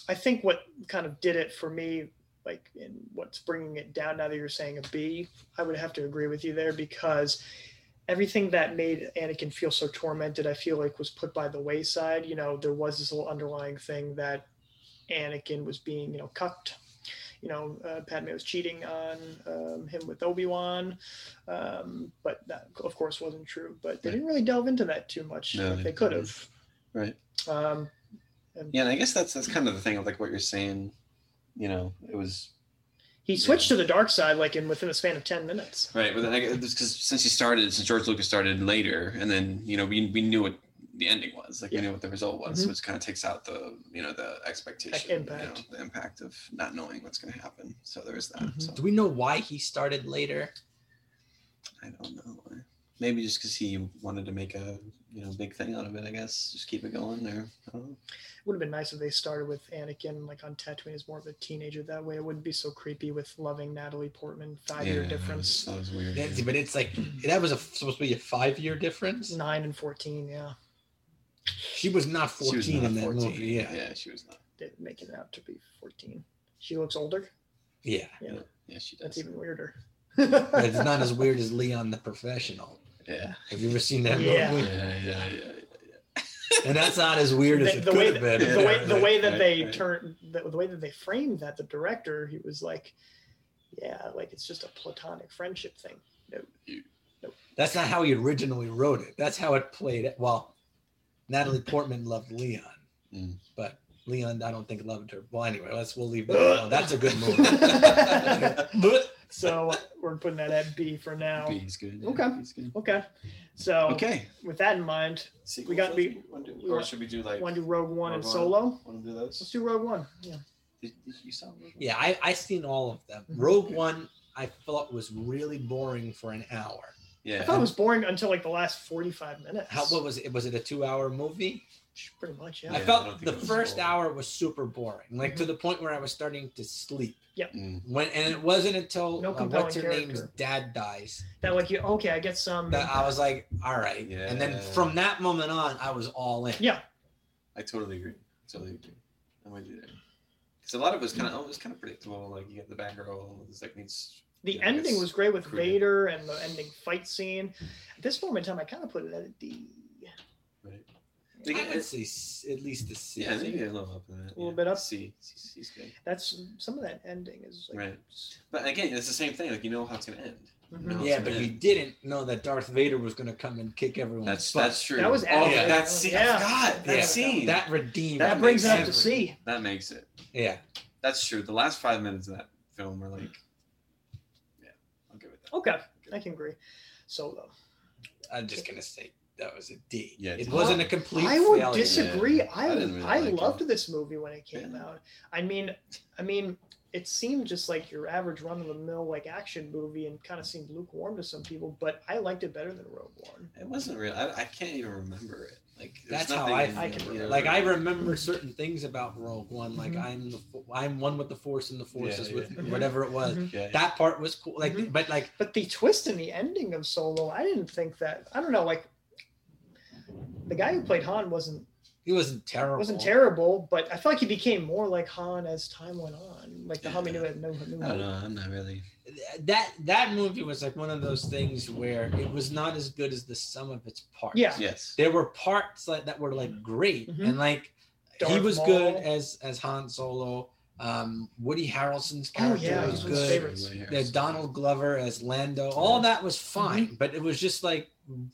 A: i think what kind of did it for me like in what's bringing it down now that you're saying a b i would have to agree with you there because everything that made anakin feel so tormented i feel like was put by the wayside you know there was this little underlying thing that anakin was being you know cucked you know uh, padme was cheating on um, him with obi-wan um, but that of course wasn't true but they didn't really delve into that too much
B: No,
A: like
B: they
A: they could
B: didn't.
A: have
B: Right.
A: um,
B: Yeah, and I guess that's that's kind of the thing of like what you're saying. You know, it was
A: he switched to the dark side like in within the span of 10 minutes
B: right,
I: but
B: but then I guess because since he started, since George Lucas started later, and then you know we we knew what the ending was, like
A: Yeah.
B: we knew what the result was,
A: Mhm.
B: which kind of takes out the you know the expectation,
A: Like impact.
B: you know, the impact of not knowing what's going to happen. So there is that.
A: Mhm.
B: So
C: Do we know why he started later?
B: I don't know. why. Maybe just because he wanted to make a you know big thing out of it. I guess just keep it going there. I don't know.
A: it would have been nice if they started with anakin like on tatooine as more of a teenager that way it wouldn't be so creepy with loving natalie portman five year
B: Yeah,
A: difference
B: That was weird.
C: That's- but it's like that was a, supposed to be a five-year difference.
A: nine and 14 yeah
C: She was not
B: She
C: fourteen
B: was not
C: in that
B: 14.
C: movie. Yeah,
B: yeah, she was not.
A: did make it out to be 14 she looks older
C: yeah.
B: Yeah, she does.
A: that's even weirder
C: But
A: (laughs)
C: it's not as weird as Leon the Professional.
B: Yeah.
C: Have you ever seen that
A: Yeah.
C: movie?
B: Yeah, yeah, yeah.
C: And that's not as weird as
A: the,
C: it
A: the
C: could
A: way
C: have
A: that,
C: been.
A: the way the way that
B: Right,
A: they
B: right.
A: turn the, the way that they framed that the director he was like yeah like it's just a platonic friendship thing
C: That's not how he originally wrote it. That's how it played. It. Well, Natalie Portman loved Leon,
B: Mm.
C: but Leon, I don't think loved her. Well, anyway, let's we'll leave that. alone. That's a good movie.
B: (laughs)
A: so we're putting that at b for now
B: He's good.
A: Okay.
B: He's good.
A: okay so
B: Okay.
A: with that in mind
B: Sequel
A: got- we-
B: trilogy? Wanna do-
A: we
B: or
A: want-
B: should we do like?
A: want to do Rogue One and
B: Rogue One.
A: Solo?
B: Want to do
A: Let's
B: those?
A: do Rogue One. Yeah.
B: Did, did you saw? them?
C: (laughs) yeah, I I seen all of them. Rogue One, I thought was really boring for an hour.
A: I
B: Yeah.
A: thought it was boring until like the last 45 minutes.
C: How what was it? Was it a two-hour movie?
A: Pretty much, yeah. Mm-hmm.
C: I
B: Yeah, I don't
C: felt
B: think
C: the
B: it was
C: first
B: full.
C: hour was super boring, like to the point where I was starting to sleep.
A: Yep.
B: Mm.
C: When and it wasn't until
A: No
C: uh,
A: compelling
C: what's her name's
A: character. Mm-hmm.
C: dad dies
A: That like you okay, I um, get some.
B: uh,
C: that I was like, all right. And then
B: Yeah.
C: from that moment on, I was all in.
A: yeah,
B: I totally agree. Totally agree. I'm with you there. Because a lot of it was kind of oh, it was kind of predictable. Like you get the Batgirl, this like needs.
A: the
B: Yeah, I
A: ending
B: guess
A: was great with
B: creative.
A: Vader and the ending fight scene. At this moment in time, I kind of put it at a D.
B: Right.
C: I
B: They get-
C: would say s- at least a C.
B: Yeah, maybe a little up in
A: A
B: that.
A: little
B: yeah.
A: bit up.
B: C, C, C's good.
A: That's some of that ending is like.
B: Right. But again, it's the same thing. Like you know how it's gonna end.
A: Mhm.
B: No.
C: Yeah, but you didn't know that Darth Vader was going to come and kick everyone.
B: That's
C: butt.
B: that's true.
A: That was
B: oh,
C: accurate.
B: that scene.
A: Yeah.
B: God, that
C: Mm. Yeah.
B: scene.
C: that redeemed.
B: That
A: That brings it
B: makes
A: up to
B: sense.
A: C.
B: that makes it.
C: yeah.
B: That's true. The last five minutes of that film were like, yeah, I'll give it that.
A: Okay, I can agree. Solo.
C: I'm just gonna say that was a D.
B: Yeah,
C: it
B: it's-
C: wasn't a complete.
A: I would
C: failure.
A: disagree.
B: Yeah.
A: I
B: I
A: I,
B: didn't really like it.
A: loved this movie when it came
B: Yeah.
A: out. I mean, I mean, it seemed just like your average run of the mill like action movie, and kind of seemed lukewarm to some people. But I liked it better than Rogue One.
B: It wasn't real. I, I can't even remember it. Like there's
C: That's how
B: nothing
C: I
B: in
A: feel. I
B: there.
A: can-
B: Yeah.
C: Like I remember certain things about Rogue One, like
A: Mm-hmm.
C: I'm the fo- I'm one with the Force and the Force
B: Yeah,
C: is with
B: yeah.
C: me, whatever it was.
A: Mhm.
B: yeah.
C: That part was cool, like
A: Mhm.
C: but like
A: But the twist in the ending of Solo, I didn't think that. I don't know, like the guy who played Han wasn't
C: it wasn't terrible.
A: wasn't terrible, but I felt like he became more like Han as time went on. Like the Han we
B: Yeah.
A: knew had no. no
B: I don't know. I'm not really.
C: That that movie was like one of those things where it was not as good as the sum of its parts.
A: Yeah.
B: Yes.
C: there were parts like, that were like great
A: Mhm.
C: and like he
A: Darth
C: was
A: Maul.
C: good as as Han Solo. Um, Woody Harrelson's
A: Oh
C: character
A: yeah, he's
C: was
A: one of his
C: good.
A: favorites.
B: (laughs)
C: the Donald Glover as Lando, all
B: Yeah.
C: that was
A: Mm-hmm.
C: fine, but it was just like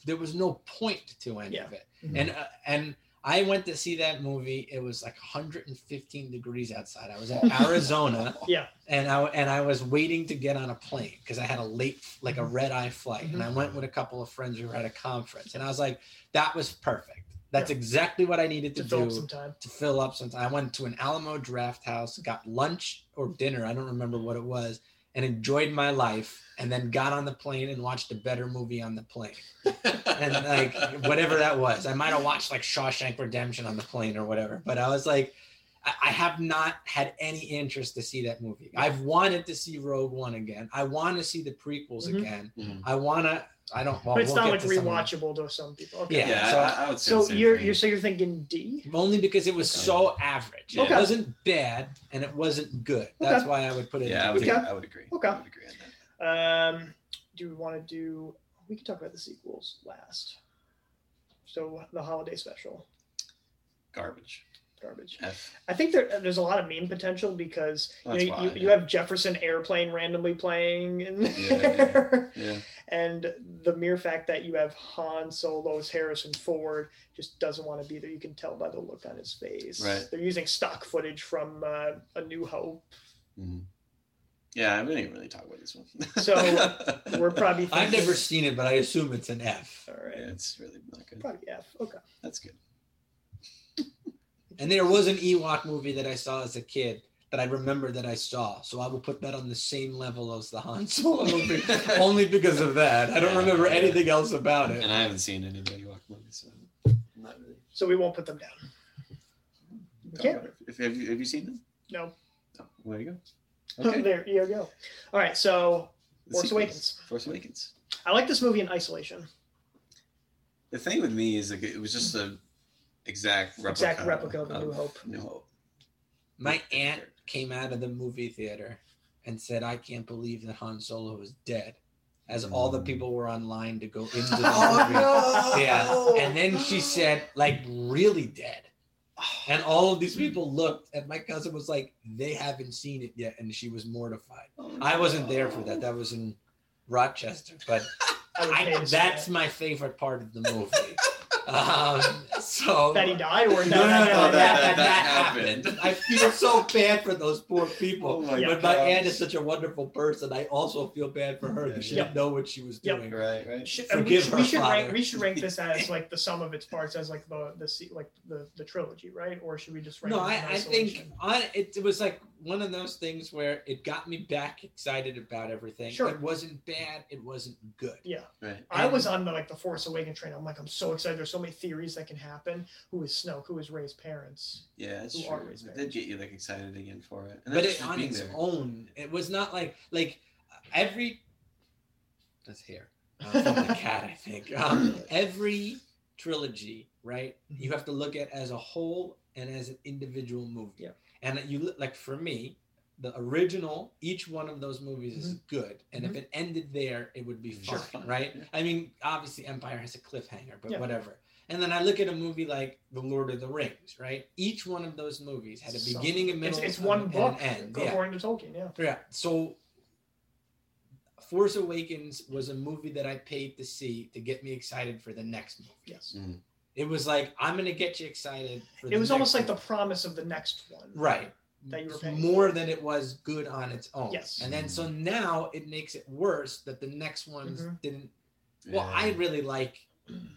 C: there was no point to any
A: Yeah.
C: of it.
A: Mhm.
C: And uh, and I went to see that movie. It was like 115 degrees outside. I
A: (laughs)
C: was in Arizona.
A: Yeah.
C: And I and I was waiting to get on a plane because I had a late like a
A: Mm-hmm.
C: red eye flight, and I went with a couple of friends who were at a conference, and I was like, that was perfect. That's exactly what I needed to,
A: To
C: do
A: fill up some time.
C: to fill up since I went to an Alamo draft house, got lunch or dinner, I don't remember what it was, and enjoyed my life, and then got on the plane and watched a better movie on the plane.
B: (laughs)
C: And like whatever that was. I might have watched like Shawshank Redemption on the plane or whatever. But I was like, I, I have not had any interest to see that movie. I've wanted to see Rogue One again. I want to see the prequels
A: Mhm.
C: again.
B: Mhm.
C: I want to. I don't. Well,
A: but it's
C: we'll
A: not
C: get
A: like
C: to some of
A: rewatchable to some people.
C: that.
A: Okay.
C: Yeah.
B: Yeah,
C: so
B: I, I would say the
A: So
B: same
A: you're
B: thing.
A: you're so you're thinking D.
C: only because it was so average. It
A: Okay.
C: wasn't bad and it wasn't good. That's why I would put it.
B: yeah, I
C: in
B: would,
A: Okay.
B: I would agree.
A: Okay.
B: I would agree on that.
A: Um, do we want to do? We can talk about the sequels last. So the holiday special
B: Garbage.
A: garbage.
B: F.
A: I think there, there's a lot of meme potential because you, know,
B: That's why,
A: you, you
B: yeah.
A: have Jefferson Airplane randomly playing, in
B: Yeah,
A: there.
B: Yeah.
A: (laughs) and the mere fact that you have Han Solo's Harrison Ford just doesn't want to be there. You can tell by the look on his face.
B: Right.
A: They're using stock footage from uh, A New Hope,
B: Mm-hmm. Yeah, we didn't really talk about this one.
A: So,
B: (laughs)
A: we're probably. Thinking,
C: I've never seen it, but I assume it's an F.
A: All right.
B: Yeah, it's really not good.
A: Probably F. Okay.
B: That's good.
C: And there was an Ewok movie that I saw as a kid that I remember that I saw. So I will put that on the same level as the
A: (laughs)
C: Han Solo movie,
B: (laughs)
C: only because of that. I don't remember anything else about it.
B: And I haven't seen any Betty Walk movies, so I'm not really.
A: So we won't put them down. We can't.
B: If, have, you, have you seen them?
A: No.
B: No. There you go.
A: (laughs)
B: Okay.
A: there you go. All right. So
B: The
A: Force
B: sequels.
A: Awakens.
B: Force Awakens.
A: I like this movie in isolation.
B: The thing with me is like it was just the exact replica.
A: Exact replica of A New Hope. (laughs)
B: New Hope.
C: My aunt came out of the movie theater and said, I can't believe that Han Solo is dead. As all
B: Mm.
C: the people were online
A: (laughs)
C: to go into the
A: Oh,
C: movie. Yeah. And then she said, like, really dead. And
A: Oh.
C: all of these people looked, and my cousin was like, they haven't seen it yet. And she was mortified.
A: Oh,
C: I wasn't there for that. That was in Rochester. But
A: I would pay
C: I,
A: to see
C: that's
A: that.
C: my favorite part of the
A: (laughs)
C: movie. Um, so.
A: that he died or that,
C: (laughs) No, no, no,
B: Oh,
C: that, that, that,
B: happened.
C: happened. I feel so bad for those poor people.
B: Oh
A: Oh,
B: my
C: but my
B: gosh.
C: aunt is such a wonderful person. I also feel bad for her that she
A: Yeah.
C: didn't know what she was
A: Yep.
C: doing.
B: Right, right.
A: Should- and we
C: Forgive
A: should,
C: her
A: we should rank
C: father.
A: we should rank this
C: (laughs)
A: as like the sum of its parts as like the the se- like the the trilogy right or should we just rank
C: No,
A: them
C: I,
A: in
C: I think
A: isolation?
C: on it, it was like one of those things where it got me back excited about everything.
A: Sure.
C: It wasn't bad. It wasn't good.
B: Right.
A: I was on the like the Force Awakens train. I'm like, I'm so excited. There's so many theories that can happen. Who is Snoke? Who is Ray's parents?
B: Yeah, that's
A: Who
B: true.
A: are these
B: It did get you like excited again for it. And
C: but
B: that's
C: it,
B: just
C: on
B: being
C: its
B: there.
C: own, it was not like like every.
B: (laughs)
C: That's here uh, from the cat. I think um, every trilogy, right?
A: Mm-hmm.
C: You have to look at as a whole and as an individual movie.
A: Yeah.
C: And that you look- like for me, the original, each one of those movies is
A: Mm-hmm.
C: good. And if it ended there, it would be
B: Sure.
C: fun, right? I mean, obviously, Empire has a cliffhanger, but
A: Yeah.
C: whatever. And then I look at a movie like The Lord of the Rings, right? Each one of those movies had a
A: Some-
C: beginning, a
A: It's,
C: middle,
A: it's
C: and-
A: one book
C: and an end. Yeah.
A: according to Tolkien. Yeah.
C: yeah. So, Force Awakens was a movie that I paid to see to get me excited for the next movie.
A: Yes.
C: It was like I'm gonna get you excited. For
A: It was almost like
C: next
A: the
C: one.
A: promise of the next one.
C: right
A: that you were paying
C: more than it was good on its own.
A: Yes.
C: And then so now it makes it worse that the next ones
A: Mhm.
C: didn't. Well,
B: Yeah.
C: I really like.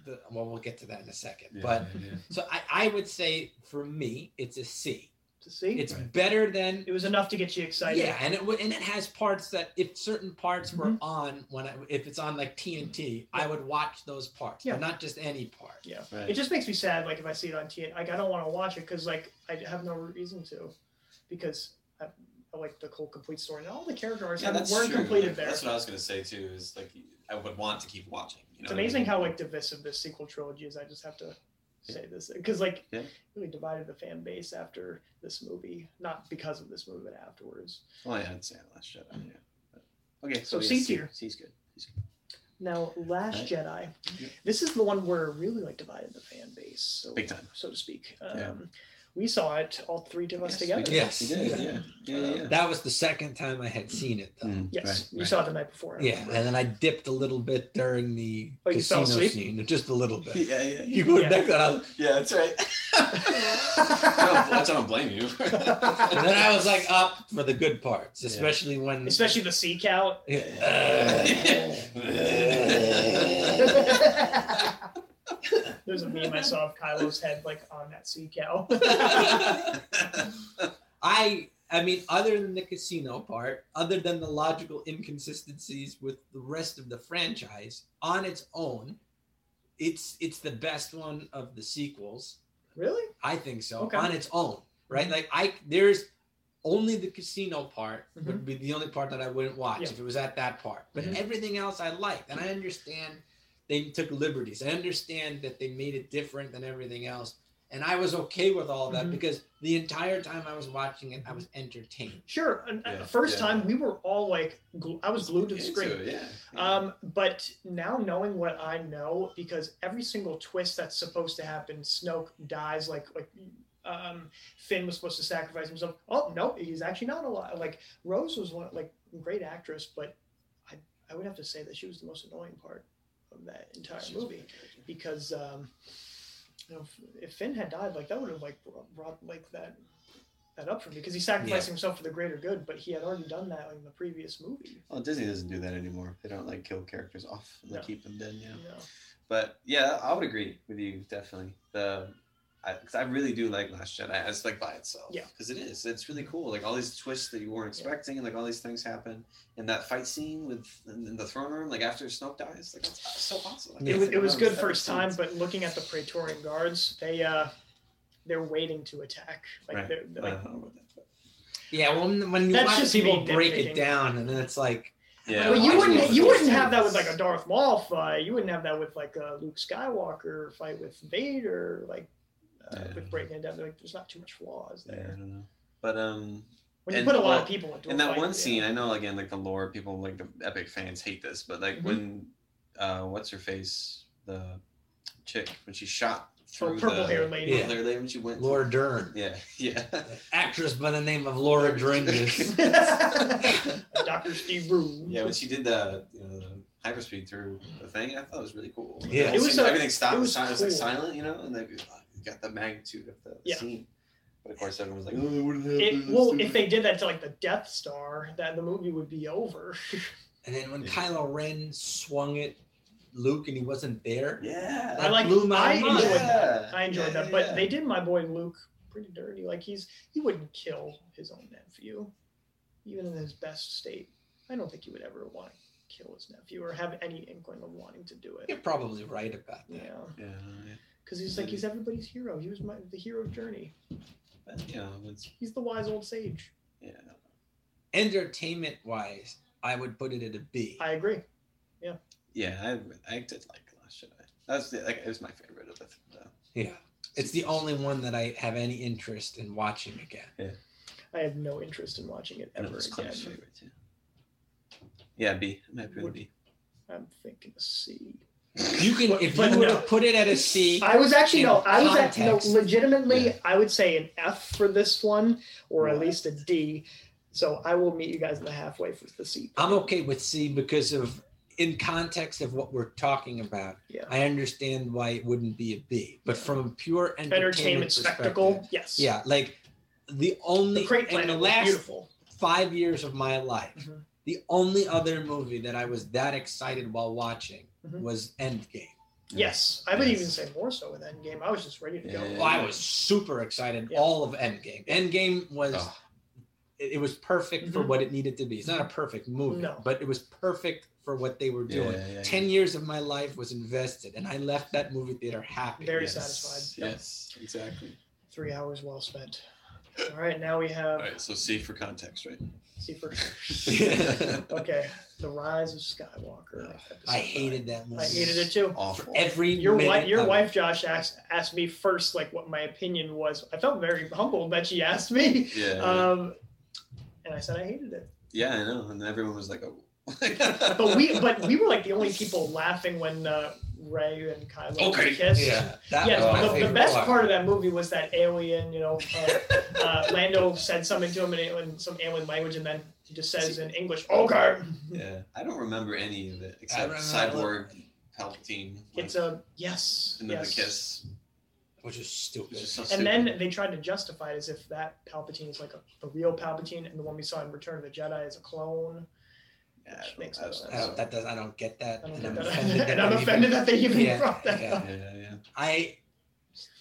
C: The, well, we'll get to that in a second.
B: Yeah,
C: But
B: yeah, yeah.
C: so I, I would say for me, it's a C.
A: To see,
C: It's
B: Right.
C: better than
A: it was enough to get you excited.
C: yeah, and it would, and it has parts that if certain parts were
A: Mm-hmm.
C: on when I, if it's on like TNT, I would watch those parts,
A: Yeah.
C: but not just any part.
A: Yeah.
B: Right.
A: It just makes me sad, like if I see it on TNT, like I don't want to watch it because like I have no reason to, because I, I like the whole complete story and all the character arcs
B: Yeah, that's
A: weren't
B: true.
A: completed
B: Like,
A: there.
B: That's what I was gonna say too. Is like I would want to keep watching. You know
A: it's
B: what I
A: amazing
B: mean?
A: how like divisive this sequel trilogy is. I just have to say this because like
B: Yeah.
A: really divided the fan base after this movie, not because of this movie, but afterwards.
B: Well, I hadn't seen it last Jedi. Yeah. But- Okay,
A: So
B: yeah,
A: C
B: C-
A: tier.
B: C's good. C's good.
A: Now, Last
B: Right.
A: Jedi,
B: Yeah.
A: this is the one where it really like divided the fan base, so
B: Big time.
A: so to speak. Um,
B: Yeah.
A: We saw it all three of us
B: Yes,
A: together.
B: we did.
C: Yes.
B: We did. Yeah. Yeah. Yeah. yeah.
C: That was the second time I had seen it though.
A: Yes,
B: Right,
A: you saw it the night before. I
B: (laughs)
C: Yeah,
A: remember.
C: and then I dipped a little bit during the
A: Oh, you fell
C: casino
A: asleep?
C: scene, just a little bit.
B: Yeah, yeah, yeah.
C: (laughs) You go
A: Yeah.
C: back that out,
B: Yeah, that's right. (laughs) I don't, I don't blame you. (laughs)
C: and then I was like up for the good parts, especially
A: (laughs)
C: when.
A: especially the sea
B: (laughs)
A: cow. (laughs)
B: yeah.
A: There's a meme I saw of Kylo's head like on that sea
B: (laughs)
A: cow.
C: (laughs) I I mean, other than the casino part, other than the logical inconsistencies with the rest of the franchise on its own, it's it's the best one of the sequels.
A: really?
C: I think so
A: Okay. Mm-hmm.
C: on its own. right? Like I there's only the casino part would be the only part that I wouldn't watch
A: Mm-hmm. Yeah. Mm-hmm.
C: if it was at that part. But everything else I liked, and I understand they took liberties. I understand that they made it different than everything else, and I was okay with all that
A: Mhm.
C: because the entire time I was watching it, I was
A: Mm-hmm.
C: entertained.
A: Sure. And and
B: Yeah,
A: the first
B: yeah.
A: time we were all like, glu- I was glued to the
B: Into
A: screen.
B: it, yeah.
A: Um, but now knowing what I know, because every single twist that's supposed to happen, Snoke dies. Like like um, Finn was supposed to sacrifice himself. Oh no, he's actually not alive. Like Rose was one like great actress, but I I would have to say that she was the most annoying part of that entire movie because. Um, you know, if- if Finn had died, like that would have like brought, brought like that that up for me because he sacrificed himself for the greater good, but he had already done that in the previous movie.
B: Well, Disney doesn't do that anymore. They don't like kill characters off. They
A: No.
B: keep them dead. Yeah.
A: You know?
B: But yeah, I would agree with you definitely. The I, 'cause I really do like Last Jedi as like by itself.
A: Yeah.
B: Because it is. It's really cool. Like all these twists that you weren't expecting, and like all these things happen. And that fight scene with in, in the throne room, like after Snoke dies, like that's so awesome. I
C: It
B: can't
A: it was,
B: think
A: it
B: of
A: was
B: another
A: good
B: better
A: first time,
B: scene.
A: but looking at the Praetorian guards, they uh, they're waiting to attack. Like,
B: Right. Uh,
A: they're, they're
B: I
A: like
B: don't know about that, but-
C: Yeah, when when you
A: That's
C: watch
A: just
C: people
A: me
C: break
A: nitpicking.
C: it down, and then it's like,
B: yeah.
A: well,
B: I
A: you
B: just
A: wouldn't
B: love
A: you
B: those
A: wouldn't have that with
B: scenes.
A: like a Darth Maul fight. You wouldn't have that with like a Luke Skywalker fight with Vader. Like uh,
B: Yeah.
A: with breaking it down, like there's not too much flaws
B: Yeah, I
A: there.
B: don't know. But um,
A: When you
B: And
A: put a lot
B: well,
A: of people into a
B: in that
A: fight,
B: one
A: yeah.
B: scene, I know again, like the lore, people like the epic fans hate this, but like
A: Mhm.
B: when, uh, what's her face, the chick when she shot
A: or
B: through
A: Oh, purple
B: the
A: hair lady.
B: yeah. lady when she went.
C: Laura Dern,
B: Yeah, (laughs) yeah.
C: actress by the name
A: (laughs)
C: of Laura Dern, is-
A: Doctor Steve Rue.
B: yeah, when she did the you know the hyperspeed through the thing, I thought it was really cool. Like,
C: Yeah.
B: the
C: It
B: whole
A: was
B: scene,
A: a-
B: everything stopped.
A: it
B: It
A: was
B: was, like
A: cool.
B: silent, you know, and they you got the magnitude of the
A: Yeah.
B: scene. But of course, everyone was like, "Oh, what happened?"
A: It, well,
B: (laughs)
A: if they did that to like the Death Star, then the movie would be over.
C: and then when
B: Yeah.
C: Kylo Ren swung it, Luke, and he wasn't there.
B: yeah,
C: That
A: I like-
C: blew my
A: I
C: mind.
A: enjoyed
B: yeah. that.
A: I enjoyed that, but they did my boy Luke pretty dirty. Like he's he wouldn't kill his own nephew, even in his best state. I don't think he would ever want to kill his nephew or have any inkling of wanting to do
C: You're
A: it.
C: probably right about that.
A: Yeah,
B: Yeah, yeah.
A: because he's like he's everybody's hero. He was my the hero journey.
B: But, you know, it's
A: He's the wise old sage.
B: yeah.
C: Entertainment wise, I would put it at a B.
A: I agree.
B: Yeah, I, I did like Last Jedi. That was the, like it was my favorite of the. the
C: yeah. It's the only one that I have any interest in watching again.
A: I have no interest in watching it
B: and
A: ever
B: it was
A: again.
B: Clint's favorite too. Yeah, B. I'm happy with
A: Would-
B: B.
A: I'm thinking a C.
C: You can, if
A: But
C: you would
A: no.
C: have put it at a C,
A: I was actually no.
C: in
A: I was actually no,
C: context.
A: legitimately.
B: Yeah.
A: I would say an F for this one, or at
B: What?
A: least a D. So I will meet you guys in the halfway for the C.
C: I'm okay with C because of in context of what we're talking about.
A: Yeah.
C: I understand why it wouldn't be a B, but from a pure entertainment,
A: Entertainment spectacle.
C: perspective,
A: Yes.
C: Yeah, like the
A: The
C: only
A: Crate
C: in
A: Planet
C: the
A: was
C: last
A: beautiful.
C: five years of my life,
A: Mhm.
C: the only other movie that I was that excited while watching
A: Mhm.
C: was Endgame.
A: Yes, I would
B: Yes.
A: even say more so with Endgame. I was just ready to go.
B: Yeah.
C: Well, I was super excited.
A: Yeah.
C: All of Endgame. Endgame was
B: Oh.
C: it, it was perfect for
A: Mhm.
C: what it needed to be. It's not a perfect movie,
A: No.
C: but it was perfect for what they were doing.
B: Yeah, yeah, yeah.
C: Ten years of my life was invested, and I left that movie theater happy.
A: Very
B: yes.
A: satisfied.
B: Yes, exactly.
A: Three hours well spent. All right, now we have
B: All right, so C for context, right?
A: C for (laughs) okay. The Rise of Skywalker.
C: I hated that movie.
A: I hated it too.
B: Awful.
C: Every
A: Your wife,
C: minute
A: your
C: of it.
A: wife, Josh asked asked me first, like what my opinion was. I felt very humbled that she asked me,
B: Yeah,
A: um, and I said I hated it.
B: yeah, I know. And everyone was like, "Oh."
A: But we, but we were like the only people laughing when uh, Ray and Kylo
B: Okay,
A: kissed.
C: Yeah, that
A: Yes,
C: was my
A: the, the
C: favorite
A: best part of that movie was that alien. You know, uh, uh, Lando said something to him in, in some alien language, and then he just says in English, "Okay."
B: (laughs) yeah, I don't remember any of it
C: I
B: except
C: remember-
B: Cyborg Palpatine.
A: It's
B: like,
A: a yes,
B: and then
A: yes.
B: the kiss.
C: which
B: It
C: is
B: was
C: stupid.
B: just so
A: And
B: stupid.
A: then they tried to justify it as if that Palpatine is like a, the real Palpatine, and the one we saw in Return of the Jedi is a clone.
B: Yeah, I
A: which
B: don't-
A: makes
B: I
A: no
B: don't-
A: sense.
C: I don't, Oh, that does, I don't get that,
A: I don't
C: and
A: get
C: I'm
A: that.
C: offended.
A: (laughs)
C: that
A: and I'm
C: they even-
A: offended that they even
C: Yeah,
A: brought that
C: yeah.
A: up.
B: Yeah, yeah.
C: I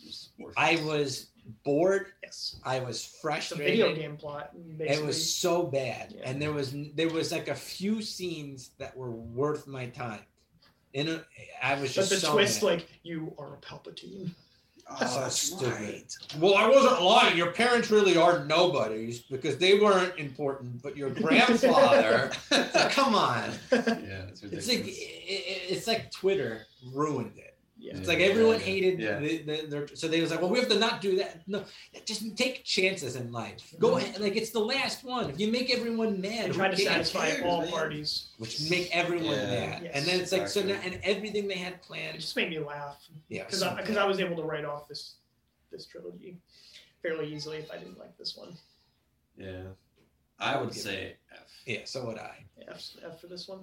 B: It's worthless.
C: I was bored.
A: Yes,
C: I was
A: it's a video
C: frustrated.
A: game plot. Basically.
C: It was so bad,
A: Yeah.
C: and there was there was like a few scenes that were worth my time. And I was
A: but
C: just
A: the
C: so
A: twist,
C: mad.
A: like you are a Palpatine. (laughs)
B: oh,
C: So
B: that's
C: stupid.
B: right.
C: (laughs) Well, I wasn't lying. Your parents really are nobodies because they weren't important, but
A: (laughs)
C: your grandfather. (laughs) come on.
B: Yeah, it's
C: It's like
B: ridiculous.
C: i- i- it's like Twitter ruined it.
A: Yeah.
C: It's like everyone hated
B: Yeah.
C: the, the, their, so they was like, well, we have to not do that. No, just take chances in life. Go ahead, like it's the last one. If you make everyone mad,
A: And
C: who
A: trying Mm-hmm. to
C: cares?
A: satisfy
B: cares,
A: all
B: man?
A: parties.
C: which make everyone
B: Yeah.
C: mad,
A: Yes.
C: and then it's like so now,
B: Exactly.
C: and everything they had
A: It
C: planned,
A: just made me laugh
C: yeah,
A: because
C: so
A: I, because I was able to write off this this trilogy fairly easily if I didn't like this one.
B: Yeah. I would
C: would give
B: say F.
C: yeah, so would I.
A: F, F for this one.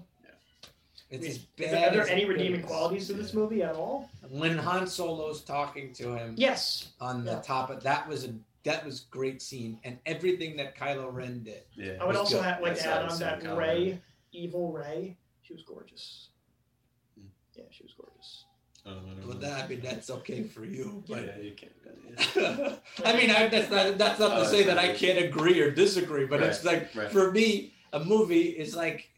C: It's as
A: Is
C: bad.
A: there, are there
C: as
A: any
C: it
A: redeeming
C: is.
A: qualities to this movie at all?
C: When Han Solo's talking to him
A: Yes.
C: on the
A: Yeah.
C: top of that was a that was great scene, and everything that Kylo Ren did.
B: Yeah.
A: I would
C: Let's
A: also
C: go.
A: ha- like
B: That's
A: to add
B: not
A: on
B: a
A: that
B: sound
A: Ray, evil Ray. She was gorgeous.
B: Mm.
A: Yeah, she was gorgeous.
B: I don't know.
C: Well, that I mean that's okay for you, but
B: Mm-hmm. yeah, you can't. Yeah.
C: I mean, I, that's not that's not
B: Oh,
C: to say
B: it's
C: that
B: not
C: I
B: good.
C: can't agree or disagree, but it's like
B: Right.
C: for me, a movie is like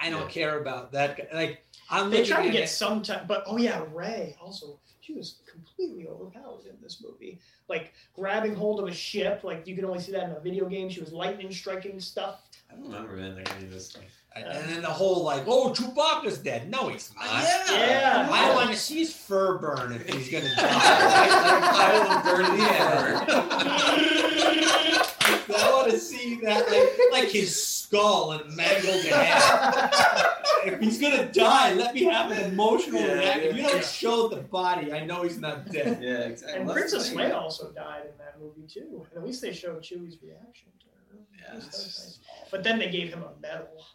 C: I don't
B: Yeah.
C: care about that. guy. Like I'm
A: They
C: looking
A: tried to
C: at
A: get
C: it-
A: some type, but oh yeah, Ray also she was completely overpowered in this movie. Like grabbing hold of a ship, like you can only see that in a video game. She was lightning striking stuff.
B: I don't remember man, like any of this stuff.
A: uh,
C: and then the whole like, oh, Chewbacca's dead. No, he's not.
A: Yeah.
C: I (laughs) want to see his fur burn if he's gonna die. (laughs) Like, like, I want to burn (laughs) his fur. I want to see that, like, like his skull and mangled head. If he's gonna die, let me have an emotional
B: Yeah,
C: reaction. If you
B: yeah.
C: don't show the body, I know he's not (laughs) dead.
B: Yeah,
A: (laughs)
B: exactly.
A: And
B: Well, that's
A: Princess
B: the
A: Leia
B: thing.
A: also died in that movie too. And at least they showed Chewie's reaction to her.
B: Yeah,
A: It was
B: it's just
A: nice. But then they gave him a medal.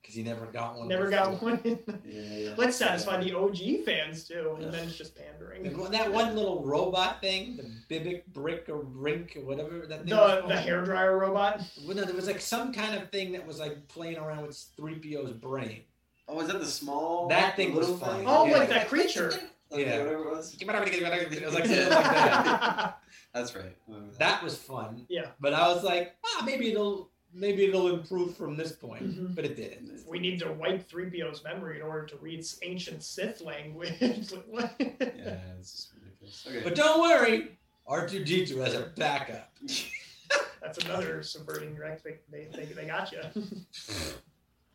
C: Because he never got one.
A: Never got one.
B: Yeah, yeah.
A: Let's satisfy the OG fans too, and then it's just
C: And
A: pandering.
C: when That one little robot thing, the Bibic Brick or Rink or whatever that thing was
A: The
C: called.
A: the hairdryer robot.
C: Well, no, there was like some kind of thing that was like playing around with 3PO's brain.
B: Oh, is that the small?
C: That thing was
B: little
C: fun.
B: thing?
A: Oh,
C: Yeah.
A: like that creature.
B: Like,
C: Yeah.
B: Whatever it was.
C: It was (laughs) like something like that. (laughs)
B: That's right. I remember that.
C: That was fun.
A: Yeah.
C: But I was like, ah, maybe it'll maybe it'll improve from this point.
A: Mhm.
C: But it didn't.
A: (laughs) we need to wipe 3PO's memory in order to read ancient Sith language. (laughs) Like, what?
B: Yeah, it's just ridiculous. Okay.
C: But don't worry, R2D2 has a
A: (laughs)
C: backup. (laughs)
A: That's another subverting your expect. They, they, they got you.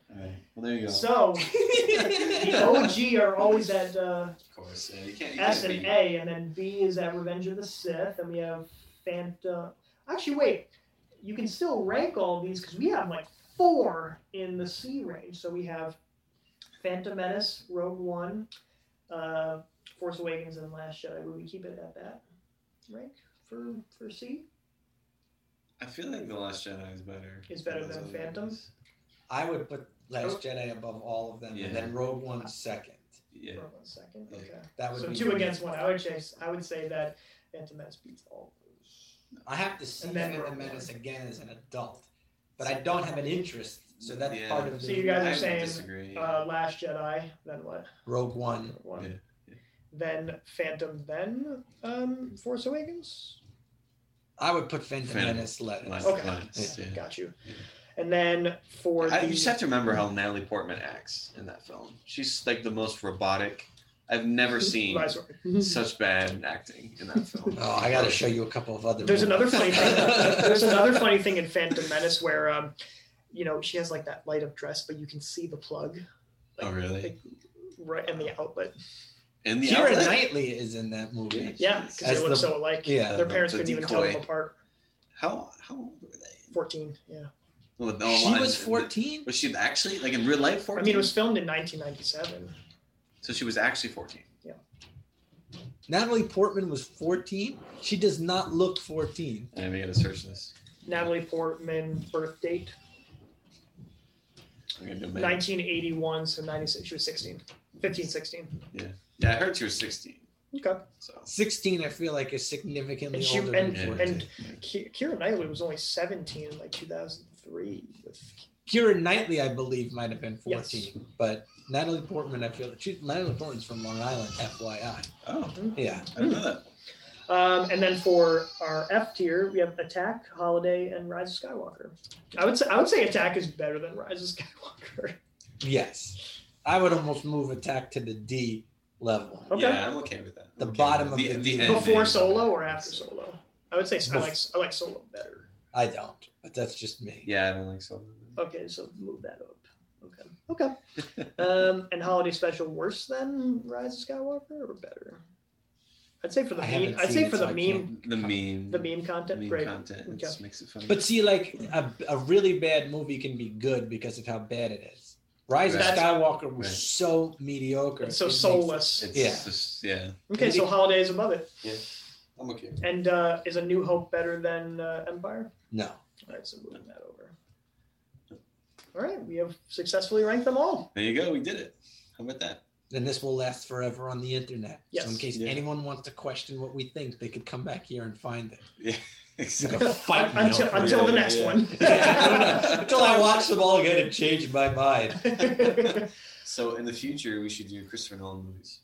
B: All right. Well, there you go.
A: So the OG are always at uh,
B: of course, yeah, you can't. You
A: S
B: can't
A: and
B: be-
A: A, and then B is at Revenge of the Sith, and we have Phantom. Actually, wait, you can still rank all these because we have like four in the C range. So we have Phantom Menace, Rogue One, uh, Force Awakens, and Last Jedi. Would we keep it at that rank for for C?
B: I feel like the Last Jedi is better.
A: It's better
B: those
A: than
B: other
A: Phantom?
B: ones.
C: I would put Last Jedi above all of them
B: Yeah.
C: and then Rogue One second.
B: Yeah.
A: For one second,
B: Yeah.
A: okay.
C: That would
A: So
C: be
A: two against one. I would chase. I would say that Phantom Menace beats all.
C: I have to see
A: And then
C: Phantom
A: Rogue
C: Menace
A: One.
C: again as an adult. But I don't have an interest. So that's
B: Yeah.
C: part of the
A: So you guys are
B: I would
A: saying,
B: disagree.
A: Uh, Last Jedi, then what?
C: Rogue One.
A: One.
B: Yeah, yeah.
A: Then Phantom, then um, Force Awakens.
C: I would put Phantom,
B: Phantom.
C: Menace last.
B: Last-
A: Okay.
B: last, yeah.
A: Got you.
B: Yeah.
A: And then for
B: I,
A: the,
B: you just have to remember how Natalie Portman acts in that film. She's like the most robotic. I've never seen
A: Rise of-
B: (laughs) such bad acting in that film.
C: (laughs) Oh, I got to show you a couple of other.
A: There's another funny
C: movies.
B: (laughs)
A: thing.
C: (laughs)
A: There's another funny thing in Phantom Menace where, um, you know, she has like that light up dress, but you can see the plug
B: Oh, really?
A: right and the outlet.
B: In the
C: Keira
B: outlet?
C: Knightley is in that movie.
A: Yeah, because they
C: As
A: look
C: the-
A: so alike.
C: yeah,
A: their
B: the-
A: parents
B: the
A: couldn't even tell them
B: decoy.
A: apart.
B: How how old were they?
A: Fourteen. Yeah.
B: Well, the
C: She
B: online-
C: was 14.
B: Was she actually like in real life
A: I
B: fourteen?
A: mean, it was filmed in 1997.
B: so she was actually fourteen.
C: Natalie Portman was 14. She does not look 14.
B: And we gotta search this.
A: Natalie Portman birth date
B: I'm gonna do a minute.
A: 1981, so 96. She was 16, 15, 16.
B: Yeah, I heard she was sixteen.
A: Okay.
B: So
C: 16, I feel like, is significantly
A: And she-
C: older
B: yeah,
C: than 14.
A: and- Ki- Keira Knightley was only 17 in like 2003. With,
C: Kira Knightley, I believe, might have been 14,
A: Yes.
C: but Natalie Portman, I feel she, Natalie Portman's from Long Island, FYI.
B: oh,
C: Yeah,
B: I don't know that.
A: um, and then for our F tier, we have Attack, Holiday, and Rise of Skywalker. I would say I would say Attack is better than Rise of Skywalker.
C: yes. I would almost move Attack to the D level.
A: Okay.
B: Yeah, I'm okay with that.
C: The
B: I'm okay
C: bottom
B: with
C: of
B: it.
C: the-
B: the, end
A: Before
B: thing.
A: solo or after solo? I would say I like I like solo better.
C: I don't, but that's just me.
B: Yeah, I don't like solo.
A: Okay, so move that up. Okay. Okay. Um, and holiday special worse than Rise of Skywalker or better? I'd say for the
C: (laughs) I
A: meme.
C: haven't
A: I'd
C: seen
A: say
C: it,
A: for
C: so
A: the
C: I
A: meme,
B: The meme.
A: the meme content.
B: meme
A: right.
B: content. It
A: Okay.
B: just makes it funny.
C: But see, like a, a really bad movie can be good because of how bad it is. Rise
B: Right.
C: of Skywalker was
B: Right.
C: so mediocre.
A: It's so
C: it makes-
A: soulless.
B: it's
C: yeah.
B: just yeah.
A: Okay, so holiday is above it.
B: I'm okay.
A: And uh, is A New Hope better than uh, Empire?
C: No.
A: All right, so moving that over. All right, we have successfully ranked them all.
B: There you go. We did it. How about that? (laughs)
C: Then this will last forever on the internet. So in
A: Yes.
C: case
B: Yeah.
C: anyone wants to question what we think, they could come back here and find it.
B: Exactly.
C: Fight
A: (laughs)
C: me
A: until
C: over it.
A: until the
B: Yeah,
A: next
B: yeah. (laughs)
A: one. (laughs)
C: Until I watch them all again and change my mind.
B: so in the future, we should do Christopher Nolan movies.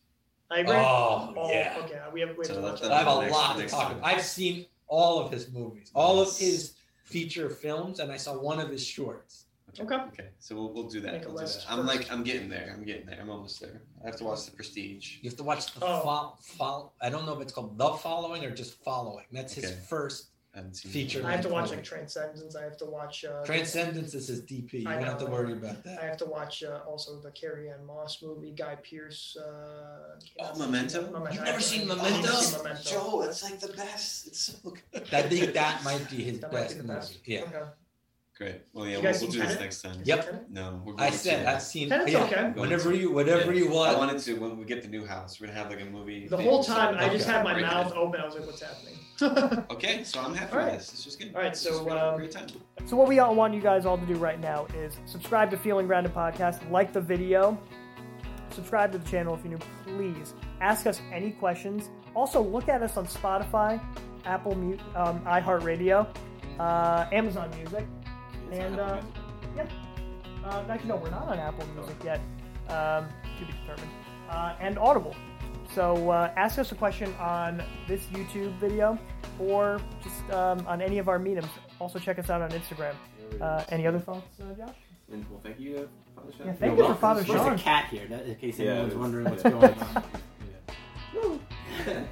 A: I agree.
C: Oh, yeah.
A: Okay, we have, we have
B: So
A: to
B: that-
A: watch
B: that-
C: I have a
B: Next-
C: lot to
B: next
C: talk
B: time.
C: about. I've seen all of his movies, all of
B: Nice.
C: his feature films, and I saw one of his shorts.
A: Okay.
B: Okay. So we'll, we'll do that.
A: Make a
B: We'll do
A: list
B: that. I'm like
A: first.
B: I'm getting there. I'm getting there. I'm almost there. I have to watch The Prestige.
C: You have to watch the
A: Oh.
C: fol- fol- I don't know if it's called The Following or just Following. That's his
B: Okay.
C: first.
B: I haven't seen
C: Feature.
B: it.
A: I have to watch
C: Totally.
A: like Transcendence. I have to watch. Uh,
C: Transcendence is his DP. You
A: I
C: don't have to
A: know.
C: worry about
A: I
C: that.
A: have to watch uh, also the Carrie Ann Moss movie, Guy Pierce. Uh,
B: Oh,
A: yeah,
B: Memento?
C: You've
A: I
C: never
A: haven't-
C: seen
A: I haven't
C: Memento?
A: seen Memento.
B: Joe, it's like the best. It's so good.
C: I think that might be his
A: That might
C: best
A: be the
C: movie.
A: best.
C: Yeah.
A: Okay.
B: Great. Well, yeah,
A: You
B: we'll,
A: guys
B: we'll
A: see
B: do this
A: Tenet?
B: next time.
C: Yep.
B: No, we're
C: I
B: going
C: said
B: to.
C: I've seen.
A: Tenet's
C: yeah.
A: okay.
B: Going
C: Whenever
B: to.
C: you, whatever
B: Yeah.
C: you want.
B: I wanted to when we get the new house, we're gonna have like a movie.
A: The
B: theme
A: whole
B: or
A: time, I
B: something.
A: just had my
B: Break it
A: mouth
B: in.
A: open. I was like, "What's happening?" (laughs)
B: Okay, so I'm happy
A: All right.
B: with this. It's just good.
A: All right,
B: It's
A: so,
B: just great.
A: um,
B: great time.
J: So what we all want you guys all to do right now is subscribe to Feeling Grounded podcast, like the video, subscribe to the channel if you're new. Please ask us any questions. Also, look at us on Spotify, Apple, Mu- um, iHeartRadio, uh, Amazon Music, and uh, yeah. Uh, actually, no, we're not on Apple Music yet. Um, to be determined. Uh, and Audible. So uh, ask us a question on this YouTube video or just um, on any of our meetups. Also, check us out on Instagram. Uh, any other thoughts, uh, Josh?
K: And well, thank you, uh, Father Sean.
J: Yeah, thank
L: You're
J: you for Father
L: welcome.
J: Sean.
L: There's a cat here, that- in case
K: Yeah,
L: anyone's
K: it is.
L: wondering what's going on.
K: Yeah. um,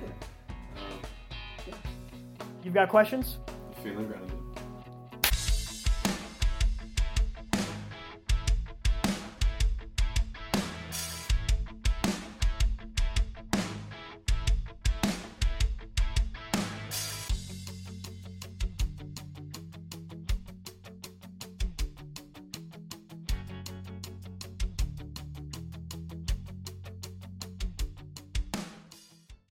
J: You've got questions?
K: (laughs) feeling grounded.